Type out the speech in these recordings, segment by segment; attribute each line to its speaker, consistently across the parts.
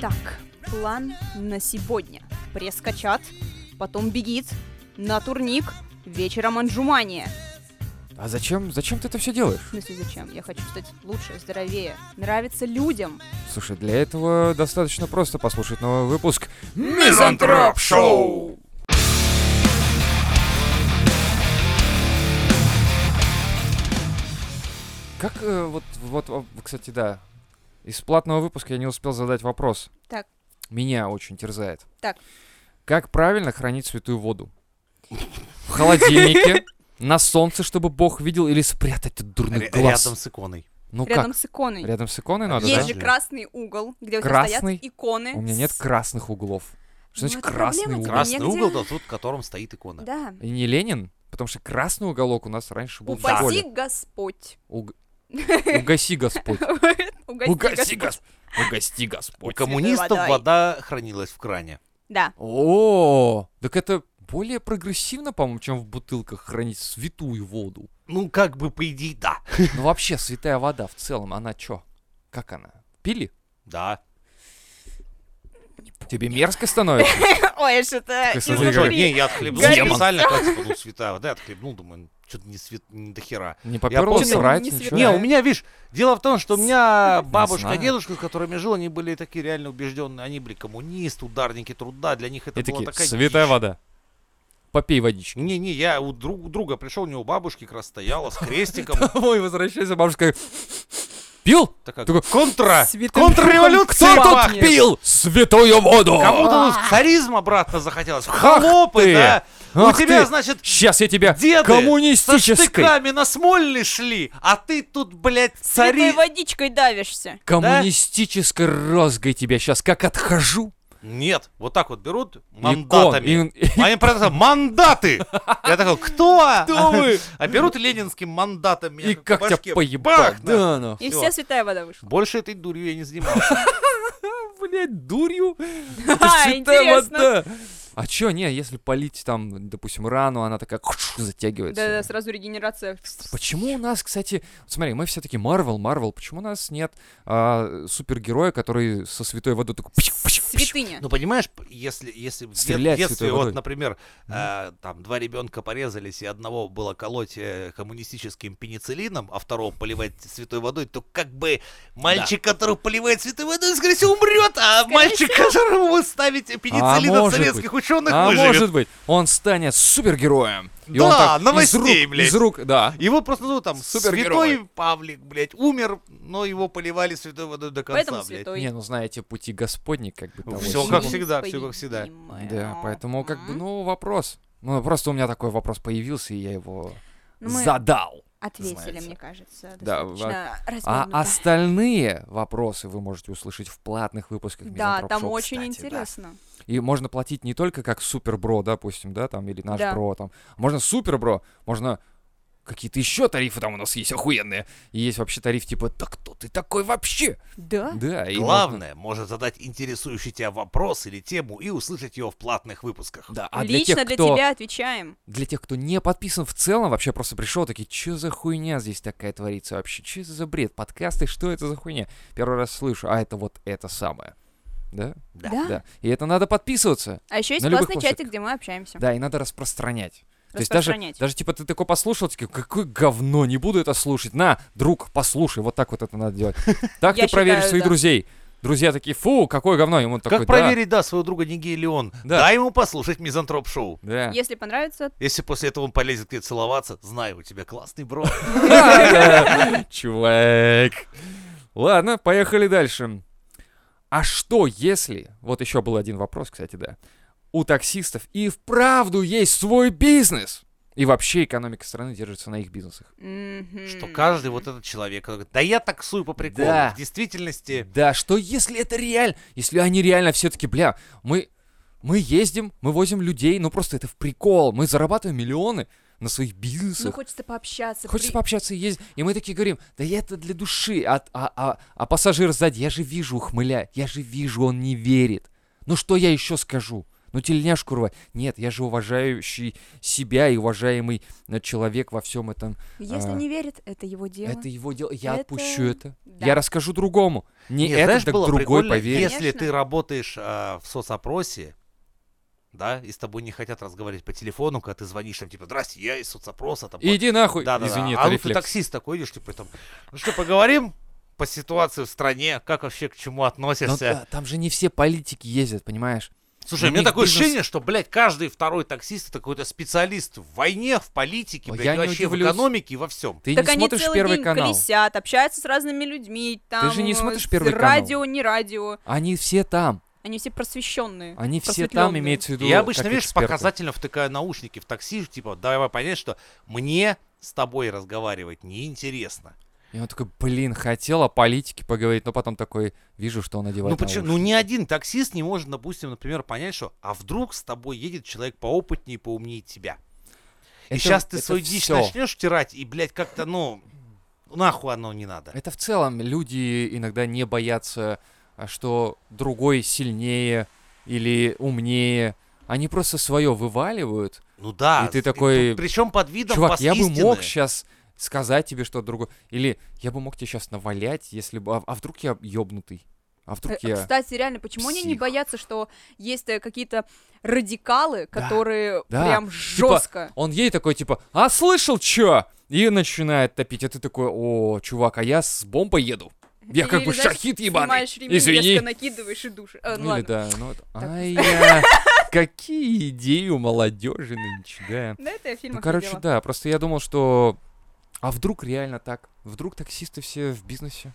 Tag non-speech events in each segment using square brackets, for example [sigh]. Speaker 1: Так, план на сегодня. Пресс-качат, потом бегит, на турник, вечером анжумания.
Speaker 2: А зачем, зачем ты это все делаешь?
Speaker 1: В смысле, зачем? Я хочу стать лучше, здоровее, нравиться людям.
Speaker 2: Слушай, для этого достаточно просто послушать новый выпуск
Speaker 3: Мизантроп Шоу!
Speaker 2: Как э, вот, вот, о, кстати, да, из платного выпуска я не успел задать вопрос.
Speaker 1: Так.
Speaker 2: Меня очень терзает.
Speaker 1: Так.
Speaker 2: Как правильно хранить святую воду? В
Speaker 1: [laughs]
Speaker 2: холодильнике, на солнце, чтобы Бог видел, или спрятать этот дурный
Speaker 3: Р-
Speaker 2: глаз?
Speaker 3: Рядом с иконой.
Speaker 2: Ну
Speaker 1: Рядом
Speaker 2: как?
Speaker 1: с иконой.
Speaker 2: Рядом с иконой надо,
Speaker 1: Есть
Speaker 2: да?
Speaker 1: же
Speaker 3: да?
Speaker 1: красный угол, где у тебя
Speaker 2: Красный?
Speaker 1: стоят иконы.
Speaker 2: У меня нет красных углов. Что
Speaker 1: Ну,
Speaker 2: значит
Speaker 1: это
Speaker 2: красный
Speaker 1: проблема,
Speaker 2: угол?
Speaker 3: Красный
Speaker 1: негде-
Speaker 3: угол, да, тут, в котором стоит икона.
Speaker 1: Да.
Speaker 2: И не Ленин? Потому что красный уголок у нас раньше был в
Speaker 1: Упаси
Speaker 2: школе.
Speaker 1: Господь.
Speaker 2: Уг-
Speaker 1: [laughs]
Speaker 2: Угаси Господь.
Speaker 1: Угости
Speaker 2: Угасти
Speaker 1: Господь.
Speaker 2: Господь. Угости
Speaker 3: У
Speaker 2: Господь.
Speaker 3: коммунистов
Speaker 1: водой.
Speaker 3: вода хранилась в кране.
Speaker 2: [laughs]
Speaker 1: Да.
Speaker 2: О, так это более прогрессивно, по-моему, чем в бутылках хранить святую воду.
Speaker 3: Ну, как бы, по идее, да.
Speaker 2: Ну вообще, святая вода в целом, она чё? Как она? Пили?
Speaker 3: Да.
Speaker 2: Тебе мерзко становится?
Speaker 1: Ой, что-то
Speaker 2: Ты
Speaker 3: Ну,
Speaker 2: смотри,
Speaker 3: чё,
Speaker 2: как-
Speaker 1: изнутри.
Speaker 3: не, я отхлебнул
Speaker 1: Горит.
Speaker 3: специально, как типа, ну, святая вода, я отхлебнул, думаю, что-то не, свет, не до хера.
Speaker 2: Не
Speaker 3: помню.
Speaker 2: попёрло срать,
Speaker 1: Не
Speaker 2: ничего?
Speaker 1: святая.
Speaker 3: Не, у меня, видишь, дело в том, что у меня бабушка,
Speaker 2: знаю.
Speaker 3: дедушка, с которыми жил, они были такие реально убежденные, они были коммунисты, ударники труда, для них это
Speaker 2: И
Speaker 3: была
Speaker 2: такие,
Speaker 3: такая
Speaker 2: святая
Speaker 3: дичь».
Speaker 2: вода. Попей водички.
Speaker 3: Не-не, я у, друг- у друга пришел, у него бабушки как раз стояла с
Speaker 2: [laughs]
Speaker 3: крестиком.
Speaker 2: Ой, возвращайся, бабушка. Пил?
Speaker 3: Такая
Speaker 2: Такой,
Speaker 3: контра!
Speaker 1: Святым
Speaker 3: Контрреволюция
Speaker 1: Кто тут
Speaker 2: Кто тут
Speaker 3: пахнет!
Speaker 2: пил святую воду?
Speaker 3: Кому-то ну, в царизм обратно захотелось. В
Speaker 2: Ах
Speaker 3: холопы,
Speaker 2: ты!
Speaker 3: да? У
Speaker 2: Ах
Speaker 3: тебя,
Speaker 2: ты!
Speaker 3: значит,
Speaker 2: Сейчас я тебя
Speaker 3: деды со
Speaker 2: коммунистической,
Speaker 3: штыками на Смольный шли, а ты тут, блядь, цари...
Speaker 1: Святой водичкой давишься.
Speaker 2: коммунистической розгой тебя сейчас как отхожу.
Speaker 3: Нет, вот так вот берут
Speaker 2: Икон,
Speaker 3: мандатами. [laughs]
Speaker 2: и- и-
Speaker 3: Они про это мандаты! Я такой, кто?
Speaker 2: Кто вы?
Speaker 3: А берут ленинским мандатом меня
Speaker 2: [laughs] И как
Speaker 3: по башке.
Speaker 2: тебя поебал.
Speaker 3: Бах, нах.
Speaker 2: Да, ну.
Speaker 1: И
Speaker 3: Всё.
Speaker 1: вся святая вода вышла.
Speaker 3: Больше этой дурью я не занимался.
Speaker 2: [laughs] блядь, дурью. [laughs] Это
Speaker 1: А,
Speaker 2: святая
Speaker 1: интересно.
Speaker 2: вода. А чё, не, если полить там, допустим, рану, она такая [laughs] кш, затягивается.
Speaker 1: Да-да, сразу регенерация.
Speaker 2: Почему у нас, кстати, вот смотри, мы все таки Марвел, Марвел, почему у нас нет а, супергероя, который со святой водой такой... пщ, пщ, пщ?
Speaker 1: Святыня.
Speaker 3: Ну, понимаешь, п- если, если в дет-
Speaker 2: Стрелять
Speaker 3: детстве,
Speaker 2: святой
Speaker 3: вот,
Speaker 2: водой.
Speaker 3: например, э, там два ребенка порезались, и одного было колоть э, коммунистическим пенициллином, а второго поливать святой водой, то как бы мальчик, который поливает святой водой, скорее всего, умрет, а мальчик, которому вы ставите пенициллин от
Speaker 2: А может
Speaker 3: советских ученых,
Speaker 2: А
Speaker 3: выживет.
Speaker 2: может быть, он станет супергероем. И
Speaker 3: Да,
Speaker 2: он так
Speaker 3: новостей,
Speaker 2: из рук,
Speaker 3: блядь.
Speaker 2: Из рук, да.
Speaker 3: Его просто ну там
Speaker 2: Супергерой.
Speaker 3: святой Павлик, блядь, умер, но его поливали святой водой до конца,
Speaker 1: Поэтому
Speaker 3: блядь.
Speaker 1: святой.
Speaker 2: Не, ну знаете, пути Господни как бы того
Speaker 3: Всё
Speaker 2: себе.
Speaker 3: как всегда, всё как всегда.
Speaker 2: Да, поэтому как бы, ну, вопрос. Ну, просто у меня такой вопрос появился, и я его
Speaker 1: Ну, мы-
Speaker 2: задал.
Speaker 1: Ответили,
Speaker 2: знаете.
Speaker 1: мне кажется,
Speaker 2: Да,
Speaker 1: достаточно
Speaker 2: А
Speaker 1: развернуто.
Speaker 2: остальные вопросы вы можете услышать в платных выпусках
Speaker 1: Да,
Speaker 2: Мизантроп
Speaker 1: там
Speaker 2: Шоу,
Speaker 1: очень
Speaker 2: кстати, да.
Speaker 1: интересно.
Speaker 2: И можно платить не только как супербро, допустим, да, там, или наш
Speaker 1: Да.
Speaker 2: бро, там. Можно супербро, можно какие-то еще тарифы там у нас есть охуенные. И есть вообще тариф типа «Да кто ты такой вообще?»
Speaker 1: Да?
Speaker 2: Да, и можно-
Speaker 3: Главное, может задать интересующий тебя вопрос или тему и услышать его в платных выпусках.
Speaker 2: Да, а для
Speaker 1: Лично
Speaker 2: тех,
Speaker 1: для
Speaker 2: кто...
Speaker 1: тебя отвечаем.
Speaker 2: для тех, кто не подписан в целом, вообще просто пришел, такие, что за хуйня здесь такая творится вообще? Что это за бред? Подкасты, что это за хуйня? Первый раз слышу, а это вот это самое. Да?
Speaker 3: Да.
Speaker 1: Да?
Speaker 2: Да. И это надо подписываться.
Speaker 1: А еще есть
Speaker 2: На любых
Speaker 1: классный
Speaker 2: площадках.
Speaker 1: чатик, где мы общаемся.
Speaker 2: Да, и надо распространять. То есть даже,
Speaker 1: Распространять.
Speaker 2: даже типа ты такой послушал, такой, какое говно, не буду это слушать. На, друг, послушай, вот так вот это надо
Speaker 1: [laughs]
Speaker 2: делать. Так
Speaker 1: Я
Speaker 2: ты проверишь
Speaker 1: считаю,
Speaker 2: своих
Speaker 1: да.
Speaker 2: друзей. Друзья такие, фу, какое говно. Ему такой,
Speaker 3: как
Speaker 2: «Да,
Speaker 3: проверить, да, своего друга не гей ли он?
Speaker 2: Да.
Speaker 3: Дай ему послушать мизантроп-шоу.
Speaker 2: Да. [laughs]
Speaker 1: Если понравится,
Speaker 3: Если после этого он полезет к тебе целоваться, знаю, у тебя классный бро.
Speaker 2: [laughs] Чувак. Ладно, поехали дальше. А что если... Вот еще был один вопрос, кстати, да. У таксистов и вправду есть свой бизнес. И вообще экономика страны держится на их бизнесах.
Speaker 1: мгм.
Speaker 3: Что каждый вот этот человек, который говорит, да я таксую по приколу.
Speaker 2: Да.
Speaker 3: В действительности,
Speaker 2: Да, что если это реально? Если они реально все таки бля, мы... Мы ездим, мы возим людей, ну просто это в прикол. Мы зарабатываем миллионы на своих
Speaker 1: Ну,
Speaker 2: бизнесах.
Speaker 1: хочется пообщаться.
Speaker 2: Хочется
Speaker 1: при-
Speaker 2: пообщаться и ездить. И мы такие говорим, да я это для души. А, а, а, а пассажир сзади, я же вижу, ухмыля, я же вижу, он не верит. Ну что я еще скажу? Ну, тельняшку рвать. Нет, я же уважающий себя и уважаемый э, человек во всем этом.
Speaker 1: Если
Speaker 2: А.
Speaker 1: не верит, это его дело.
Speaker 2: Это его дело. Я
Speaker 1: Это-
Speaker 2: отпущу это.
Speaker 1: Да.
Speaker 2: Я расскажу другому. Не
Speaker 3: Нет,
Speaker 2: этот,
Speaker 3: знаешь,
Speaker 2: так
Speaker 3: было
Speaker 2: другой
Speaker 3: прикольно,
Speaker 2: поверит.
Speaker 3: Если
Speaker 1: Конечно.
Speaker 3: ты работаешь а, в соцопросе, да, и с тобой не хотят разговаривать по телефону, когда ты звонишь, там, типа, здрасте, я из соцопроса, там, вот».
Speaker 2: Иди нахуй.
Speaker 3: да, да,
Speaker 2: Извини,
Speaker 3: да.
Speaker 2: это
Speaker 3: А ну ты
Speaker 2: рефлекс.
Speaker 3: таксист такой идешь, типа, там, ну что, поговорим по ситуации в стране, как вообще к чему
Speaker 2: Но
Speaker 3: относишься?
Speaker 2: да, там же не все политики ездят, понимаешь?
Speaker 3: Слушай,
Speaker 2: у
Speaker 3: у меня
Speaker 2: них
Speaker 3: такое
Speaker 2: бизнес-
Speaker 3: ощущение, что, блядь, каждый второй таксист это какой-то специалист в войне, в политике,
Speaker 2: Ой,
Speaker 3: блядь,
Speaker 2: я
Speaker 3: и
Speaker 2: не
Speaker 3: вообще в
Speaker 2: удивлюсь.
Speaker 3: экономике и во всем.
Speaker 2: Ты
Speaker 1: так
Speaker 2: не
Speaker 1: они
Speaker 2: смотришь
Speaker 1: целый
Speaker 2: первый
Speaker 1: день
Speaker 2: канал.
Speaker 1: колесят, общаются с разными людьми. Там,
Speaker 2: же не
Speaker 1: э,
Speaker 2: смотришь
Speaker 1: с
Speaker 2: первый канал.
Speaker 1: Радио, не радио.
Speaker 2: Они все там.
Speaker 1: Они все просвещенные.
Speaker 2: Они все там
Speaker 1: Просветлённые.
Speaker 2: имеются в виду.
Speaker 3: Я обычно,
Speaker 2: как
Speaker 3: видишь,
Speaker 2: эксперты.
Speaker 3: показательно втыкаю наушники в такси, типа, давай понять, что мне с тобой разговаривать неинтересно.
Speaker 2: И он такой, блин, хотел о политике поговорить, но потом такой, вижу, что он одевает
Speaker 3: Ну почему? Ну
Speaker 2: наушники».
Speaker 3: ни один таксист не может, допустим, например, понять, что а вдруг с тобой едет человек поопытнее и поумнее тебя. И
Speaker 2: Это-
Speaker 3: сейчас ты
Speaker 2: это
Speaker 3: свою дичь
Speaker 2: всё.
Speaker 3: начнешь тирать, и, блядь, как-то, ну, нахуй оно не надо.
Speaker 2: Это в целом люди иногда не боятся, а, что другой сильнее или умнее. Они просто свое вываливают.
Speaker 3: Ну да.
Speaker 2: И ты такой,
Speaker 3: Причем под видом
Speaker 2: Чувак, я бы
Speaker 3: постистины.
Speaker 2: мог сейчас сказать тебе что-то другое. Или я бы мог тебе сейчас навалять, если бы... А, а вдруг я ёбнутый? А вдруг
Speaker 1: Э,
Speaker 2: я...
Speaker 1: Кстати, реально, почему они не
Speaker 2: псих.
Speaker 1: боятся, что есть э, какие-то радикалы,
Speaker 2: Да,
Speaker 1: которые
Speaker 2: да. Типа,
Speaker 1: прям жестко.
Speaker 2: Он ей такой, типа, а слышал, чё? И начинает топить. А ты такой, о, чувак, а я с бомбой еду. Я как бы шахид ебаный.
Speaker 1: Снимаешь ремень,
Speaker 2: Извини.
Speaker 1: резко накидываешь и душишь. Э, ну
Speaker 2: Ну или
Speaker 1: ладно.
Speaker 2: да, ну вот,
Speaker 1: Так.
Speaker 2: ай я, какие идеи у молодежи нынче, да.
Speaker 1: Да, это я в
Speaker 2: Ну,
Speaker 1: фильмах
Speaker 2: короче,
Speaker 1: видела.
Speaker 2: да, просто я думал, что... А вдруг реально так? Вдруг таксисты все в бизнесе?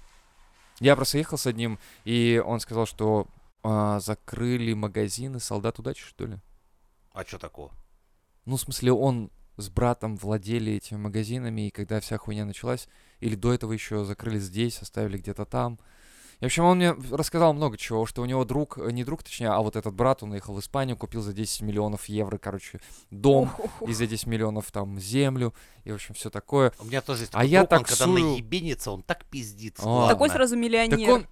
Speaker 2: Я просто ехал с одним, и он сказал, что а, закрыли магазины «Солдат удачи», что ли?
Speaker 3: А что такого?
Speaker 2: Ну, в смысле, он с братом владели этими магазинами, и когда вся хуйня началась, или до этого еще закрыли здесь, оставили где-то там. И, в общем, он мне рассказал много чего, что у него друг, э, не друг, точнее, а вот этот брат, он ехал в Испанию, купил за 10 миллионов евро, короче, дом,
Speaker 1: Ух, ух, ух.
Speaker 2: и за 10 миллионов там землю, и, в общем, все такое.
Speaker 3: У меня тоже есть
Speaker 2: А
Speaker 3: такой
Speaker 2: я
Speaker 3: друг, он когда
Speaker 2: таксую.
Speaker 3: наебенится, он так пиздит.
Speaker 2: А.
Speaker 3: складно.
Speaker 1: Такой сразу
Speaker 2: Так
Speaker 1: миллионер.
Speaker 2: он...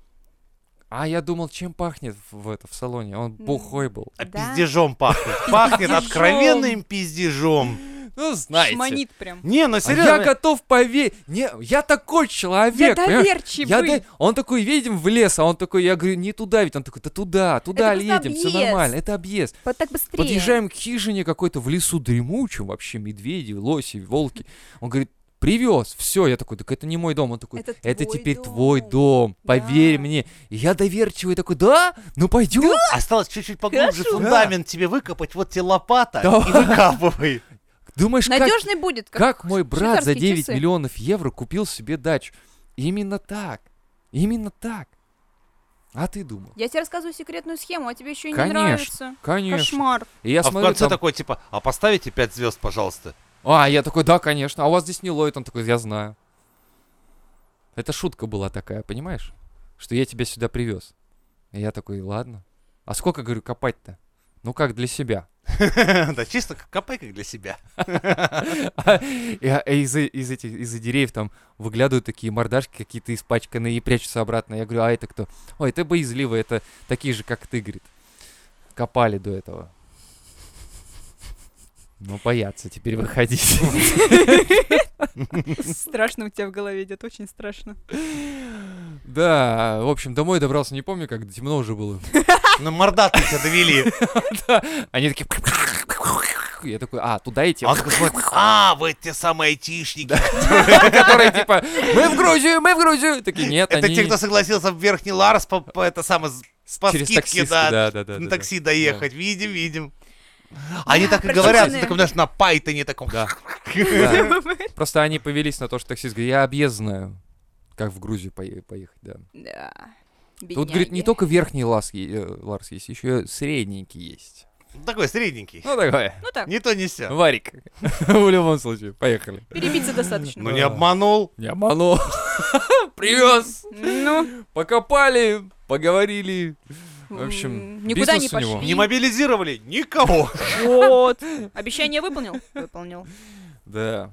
Speaker 2: А я думал, чем пахнет в, в это, в салоне? Он
Speaker 1: М.
Speaker 2: бухой был. [laughs]
Speaker 3: А
Speaker 1: Да. [laughs]
Speaker 3: пиздежом пахнет. Пахнет
Speaker 1: Пиздежом.
Speaker 3: откровенным пиздежом.
Speaker 2: Ну, знаете.
Speaker 1: Шмонит прям.
Speaker 3: Не,
Speaker 2: А
Speaker 3: ну
Speaker 2: я
Speaker 3: серьезно.
Speaker 2: готов поверить. Не, я такой
Speaker 1: Я
Speaker 2: человек, понимаешь?
Speaker 1: доверчивый.
Speaker 2: Я да- Он такой, едем в лес, а он такой, я говорю, не туда ведь. Он такой, да туда, туда
Speaker 1: просто
Speaker 2: едем, все
Speaker 1: объезд.
Speaker 2: нормально, это объезд.
Speaker 1: Вот так быстрее.
Speaker 2: Подъезжаем к хижине какой-то в лесу дремучем, вообще медведи, лоси, волки. Он говорит, привез, все. Я такой, так это не мой дом. Он такой,
Speaker 1: Это
Speaker 2: это,
Speaker 1: твой
Speaker 2: теперь
Speaker 1: дом.
Speaker 2: твой дом, поверь
Speaker 1: Да.
Speaker 2: мне. И я доверчивый такой, да? Ну пойдем.
Speaker 3: Осталось чуть-чуть поглубже
Speaker 1: Хорошо.
Speaker 3: фундамент тебе выкопать. Вот тебе лопата
Speaker 2: Давай.
Speaker 3: и выкапывай.
Speaker 2: Думаешь, как,
Speaker 1: Надежный будет. Как...
Speaker 2: как мой брат за
Speaker 1: швейцарские
Speaker 2: 9
Speaker 1: часы.
Speaker 2: миллионов евро купил себе дачу? Именно так. Именно так. А ты думал?
Speaker 1: Я тебе рассказываю секретную схему, а тебе еще и не
Speaker 2: Конечно,
Speaker 1: нравится.
Speaker 2: Конечно. [laughs]
Speaker 1: Кошмар.
Speaker 2: И [laughs] я
Speaker 3: а в
Speaker 2: смотрю,
Speaker 3: конце
Speaker 2: там-
Speaker 3: такой типа, а поставите 5 звезд, пожалуйста. [laughs]
Speaker 2: А, я такой, да, конечно. А у вас здесь не ловит. Он такой, я знаю. Это шутка была такая, понимаешь? Что я тебя сюда привез. И я такой, ладно. А сколько, говорю, копать-то? Ну как для себя. [laughs]
Speaker 3: Да чисто как копай как для себя.
Speaker 2: А и- и из, из этих из-за деревьев там выглядывают такие мордашки какие-то испачканные и прячутся обратно. Я говорю, а это кто? Ой, это боязливые, это такие же, как ты, говорит. Копали до этого. Ну, боятся теперь выходить. [laughs]
Speaker 1: Страшно у тебя в голове идет, очень страшно.
Speaker 2: Да, в общем, домой добрался, не помню, как темно уже было.
Speaker 3: Ну мордаты тебя довели.
Speaker 2: [laughs] Они такие... [laughs] Я такой, а, туда идти?
Speaker 3: А он такой смотрит, а, вы те самые айтишники.
Speaker 2: [laughs] Которые типа, мы в Грузию, мы в Грузию! Такие, нет,
Speaker 3: Это
Speaker 2: они
Speaker 3: те, кто согласился в Верхний Ларс по, по- это самое, с- по
Speaker 2: через
Speaker 3: скидке,
Speaker 2: таксист,
Speaker 3: да,
Speaker 2: да, да, да,
Speaker 3: на
Speaker 2: да,
Speaker 3: такси доехать. Видим, видим. Они так и говорят,
Speaker 1: причём-
Speaker 3: так, знаешь, на Пайтоне таком.
Speaker 2: Да. да. [laughs] Просто они повелись на то, что таксист говорит, я объезд знаю, как в Грузию пое- поехать, да.
Speaker 1: [laughs] Да.
Speaker 2: Тут, говорит, не
Speaker 1: Бедняги.
Speaker 2: только верхний лас, е- э, Ларс есть, еще средненький есть.
Speaker 3: [laughs] Такой средненький.
Speaker 2: Ну, такое,
Speaker 3: [laughs]
Speaker 1: Ну так,
Speaker 3: Не то, не сё.
Speaker 2: варик. [laughs] В любом случае, поехали.
Speaker 1: перебиться достаточно.
Speaker 3: Ну не
Speaker 2: Да.
Speaker 3: обманул.
Speaker 2: Не обманул. [laughs] Привез,
Speaker 1: Ну,
Speaker 2: покопали, поговорили. В
Speaker 1: м,
Speaker 2: общем,
Speaker 1: никуда не
Speaker 2: бизнес у него.
Speaker 1: пошли.
Speaker 3: Не мобилизировали никого.
Speaker 1: [laughs] Вот. Обещание выполнил? Выполнил.
Speaker 2: Да.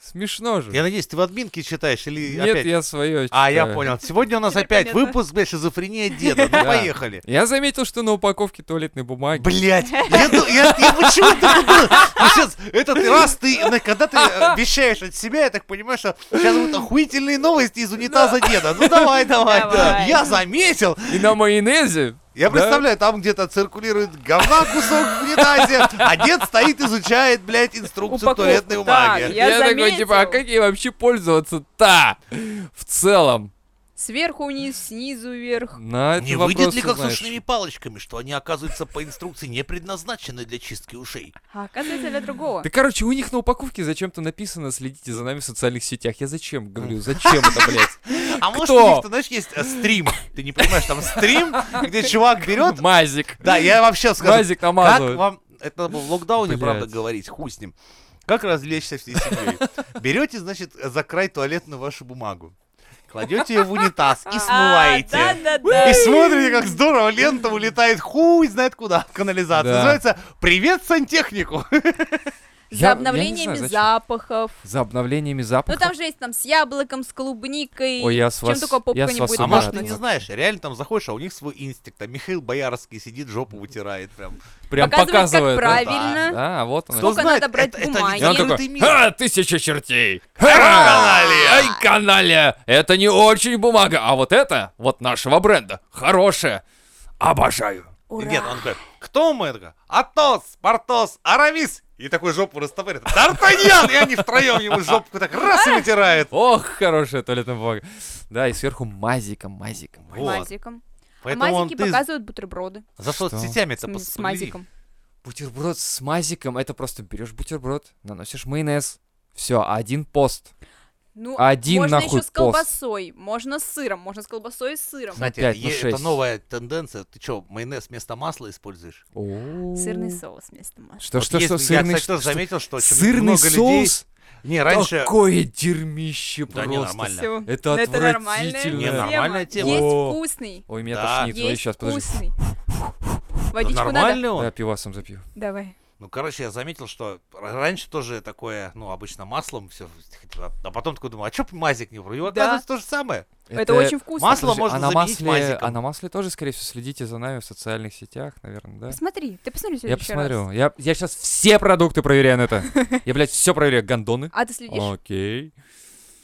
Speaker 2: Смешно же.
Speaker 3: [laughs] Я надеюсь, ты в админке читаешь или
Speaker 2: Нет,
Speaker 3: опять?
Speaker 2: я свое.
Speaker 3: А, я понял. Сегодня у нас
Speaker 1: Теперь
Speaker 3: опять
Speaker 1: понятно.
Speaker 3: выпуск, блядь, шизофрения деда. Ну,
Speaker 2: Да.
Speaker 3: поехали.
Speaker 2: Я заметил, что на упаковке туалетной бумаги.
Speaker 3: Блять, я, ду- я- я почему так думал? Ну, щас, этот раз ты, на- когда ты э, вещаешь от себя, я так понимаю, что сейчас будут охуительные новости из унитаза деда. Ну давай, давай,
Speaker 1: Давай.
Speaker 3: да. Я заметил.
Speaker 2: И на майонезе.
Speaker 3: Я
Speaker 2: Да.
Speaker 3: представляю, там где-то циркулирует говна кусок в унитазе, а дед стоит, изучает, блядь, инструкцию
Speaker 1: Упаковку.
Speaker 3: туалетной
Speaker 1: Так,
Speaker 3: бумаги.
Speaker 1: Я
Speaker 2: такой, типа, а
Speaker 1: заметил.
Speaker 2: как ей вообще пользоваться-то? В целом.
Speaker 1: Сверху вниз, снизу вверх.
Speaker 2: На этот
Speaker 3: Не
Speaker 2: вопрос
Speaker 3: выйдет ли как с
Speaker 2: узнаешь.
Speaker 3: ушными палочками, что они, оказывается, по инструкции не предназначены для чистки ушей?
Speaker 1: А оказывается, для другого.
Speaker 2: Да, короче, у них на упаковке зачем-то написано «Следите за нами в социальных сетях». Я зачем говорю? Зачем это,
Speaker 3: [laughs]
Speaker 2: блядь?
Speaker 3: А может,
Speaker 2: Кто?
Speaker 3: у них, ты знаешь, есть э, стрим. Ты не понимаешь, там стрим, где чувак берет...
Speaker 2: Мазик.
Speaker 3: Да, я вообще скажу,
Speaker 2: Мазик
Speaker 3: как
Speaker 2: намазывают.
Speaker 3: вам... Это надо было в локдауне,
Speaker 2: Блядь.
Speaker 3: правда, говорить, хуй с ним. Как развлечься всей семьей? Берете, значит, за край туалетную вашу бумагу. Кладете ее в унитаз и
Speaker 1: [laughs]
Speaker 3: смываете.
Speaker 1: А, да-да-да.
Speaker 3: И смотрите, как здорово лента улетает хуй знает куда в канализацию.
Speaker 2: Да.
Speaker 3: Называется «Привет сантехнику».
Speaker 2: Я- я
Speaker 1: За
Speaker 2: не
Speaker 1: обновлениями
Speaker 2: знаю, зачем.
Speaker 1: запахов.
Speaker 2: За обновлениями
Speaker 1: Ну
Speaker 2: запаха.
Speaker 1: там же есть там с яблоком, с клубникой.
Speaker 2: Ой, я с
Speaker 1: Чем
Speaker 2: вас-
Speaker 1: только попка
Speaker 2: я с
Speaker 1: не
Speaker 2: вас
Speaker 1: будет.
Speaker 2: ума
Speaker 3: А может, ты
Speaker 2: Понятно.
Speaker 3: не знаешь, реально там заходишь, а у них свой инстинкт. А Михаил Боярский сидит, жопу вытирает прям.
Speaker 2: Прям показывает.
Speaker 1: показывает, как
Speaker 2: да?
Speaker 1: правильно.
Speaker 2: Да, вот он.
Speaker 1: Кто- Сколько надо брать
Speaker 3: это, это
Speaker 1: бумаги?
Speaker 2: И он
Speaker 1: Нет,
Speaker 2: такой,
Speaker 3: недостигнутый мир.
Speaker 2: ха, тысяча чертей! Ха!
Speaker 3: Каналья!
Speaker 2: Ай, каналья! Это не очень бумага, а вот это, вот нашего бренда, хорошая. Обожаю.
Speaker 1: Ура.
Speaker 2: ну,
Speaker 3: Нет, он такой, кто мы? Я такой, Атос, Портос, Арамис. И такой жопу растопырит. Д'Артаньян! И они втроем ему жопку так раз
Speaker 1: А!
Speaker 3: и вытирает.
Speaker 2: Ох, хорошая туалетная бумага. Да, и сверху мазиком, мазиком. мазиком.
Speaker 3: Вот.
Speaker 1: Мазиком. А
Speaker 3: Поэтому он
Speaker 1: мазики
Speaker 3: ты
Speaker 1: показывают бутерброды
Speaker 3: за
Speaker 2: Что?
Speaker 1: с,
Speaker 3: соцсетями-то
Speaker 1: м- с
Speaker 3: посмотри.
Speaker 1: мазиком.
Speaker 2: Бутерброд с мазиком, это просто берешь бутерброд, наносишь майонез. Все, один пост.
Speaker 1: Ну,
Speaker 2: Один
Speaker 1: можно
Speaker 2: нахуй
Speaker 1: еще с
Speaker 2: пост.
Speaker 1: колбасой, можно с сыром, можно с колбасой и с сыром.
Speaker 3: Кстати,
Speaker 2: пять, ну,
Speaker 3: е- это
Speaker 2: шесть.
Speaker 3: новая тенденция. Ты что, майонез вместо масла используешь?
Speaker 1: Сырный
Speaker 2: Сырный
Speaker 1: соус вместо масла.
Speaker 2: Что,
Speaker 3: Вот
Speaker 2: что,
Speaker 3: есть-
Speaker 2: что, сырный
Speaker 3: Я, кстати, тоже
Speaker 2: что-
Speaker 3: заметил, что очень
Speaker 2: Сырный
Speaker 3: много людей...
Speaker 2: соус?
Speaker 3: Не, раньше...
Speaker 2: Такое дерьмище
Speaker 3: Да не,
Speaker 2: просто.
Speaker 3: нормально.
Speaker 1: Всё. Ну,
Speaker 2: Это
Speaker 1: это нормальная
Speaker 2: отвратительно.
Speaker 1: тема.
Speaker 3: Не, нормальная тема.
Speaker 1: Есть
Speaker 2: О.
Speaker 1: вкусный.
Speaker 2: Ой, меня
Speaker 3: Да.
Speaker 2: тошнит. Ой,
Speaker 1: Есть
Speaker 2: сейчас, подожди.
Speaker 1: вкусный.
Speaker 3: Да
Speaker 1: Водичку надо.
Speaker 3: нормальный он.
Speaker 2: Да, пивасом запью.
Speaker 1: Давай.
Speaker 3: Ну, короче, я заметил, что р- раньше тоже такое, ну, обычно маслом все, а потом такой думаю, а чё б мазик не врубил?
Speaker 1: Да.
Speaker 3: Оказывается, то же самое.
Speaker 1: Это, очень вкусно.
Speaker 3: масло-
Speaker 2: Подожди,
Speaker 3: можно
Speaker 2: а на
Speaker 3: заменить
Speaker 2: масле,
Speaker 3: мазиком.
Speaker 2: А на масле тоже, скорее всего, следите за нами в социальных сетях, наверное, да?
Speaker 1: Посмотри, ты посмотри в
Speaker 2: Я
Speaker 1: следующий раз.
Speaker 2: посмотрю. Я, я сейчас все продукты проверяю на это. Я, блядь, все проверяю. Гондоны.
Speaker 1: А ты следишь? [laughs]
Speaker 2: Окей. [laughs]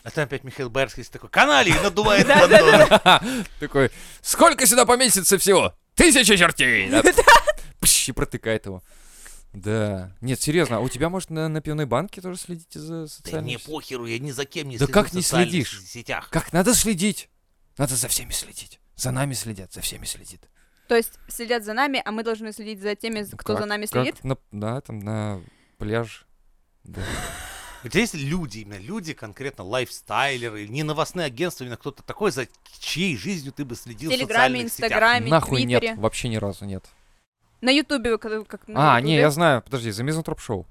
Speaker 3: А там опять Михаил Боярский есть такой, канали, и надувает гондон.
Speaker 2: Такой, сколько сюда поместится всего? Тысяча чертей! Да. Пш, И протыкает его. Да. Нет, серьезно, а у тебя, может, на, на пивной банке тоже следите за
Speaker 3: Да
Speaker 2: социальными
Speaker 3: не
Speaker 2: сетями?
Speaker 3: похеру, я ни за кем не
Speaker 2: Да
Speaker 3: слежу
Speaker 2: как
Speaker 3: в
Speaker 2: не
Speaker 3: социальных
Speaker 2: следишь?
Speaker 3: сетях.
Speaker 2: Как надо следить? Надо за всеми следить. За нами следят, за всеми следит.
Speaker 1: То есть следят за нами, а мы должны следить за теми,
Speaker 2: Ну,
Speaker 1: кто за
Speaker 2: как-
Speaker 1: нами
Speaker 2: как
Speaker 1: следит?
Speaker 2: на- да, там на пляж. Да.
Speaker 3: У тебя есть люди, именно люди, конкретно лайфстайлеры, не новостные агентства, именно кто-то такой, за чьей жизнью ты бы
Speaker 1: В
Speaker 3: следил в
Speaker 1: Телеграме,
Speaker 3: социальных сетях.
Speaker 1: Инстаграме,
Speaker 2: Нахуй
Speaker 1: Твиттере.
Speaker 2: нет, вообще ни разу нет.
Speaker 1: На Ютубе вы как, как на
Speaker 2: а, не,
Speaker 1: Ютубе.
Speaker 2: я знаю, подожди, за мизантроп шоу.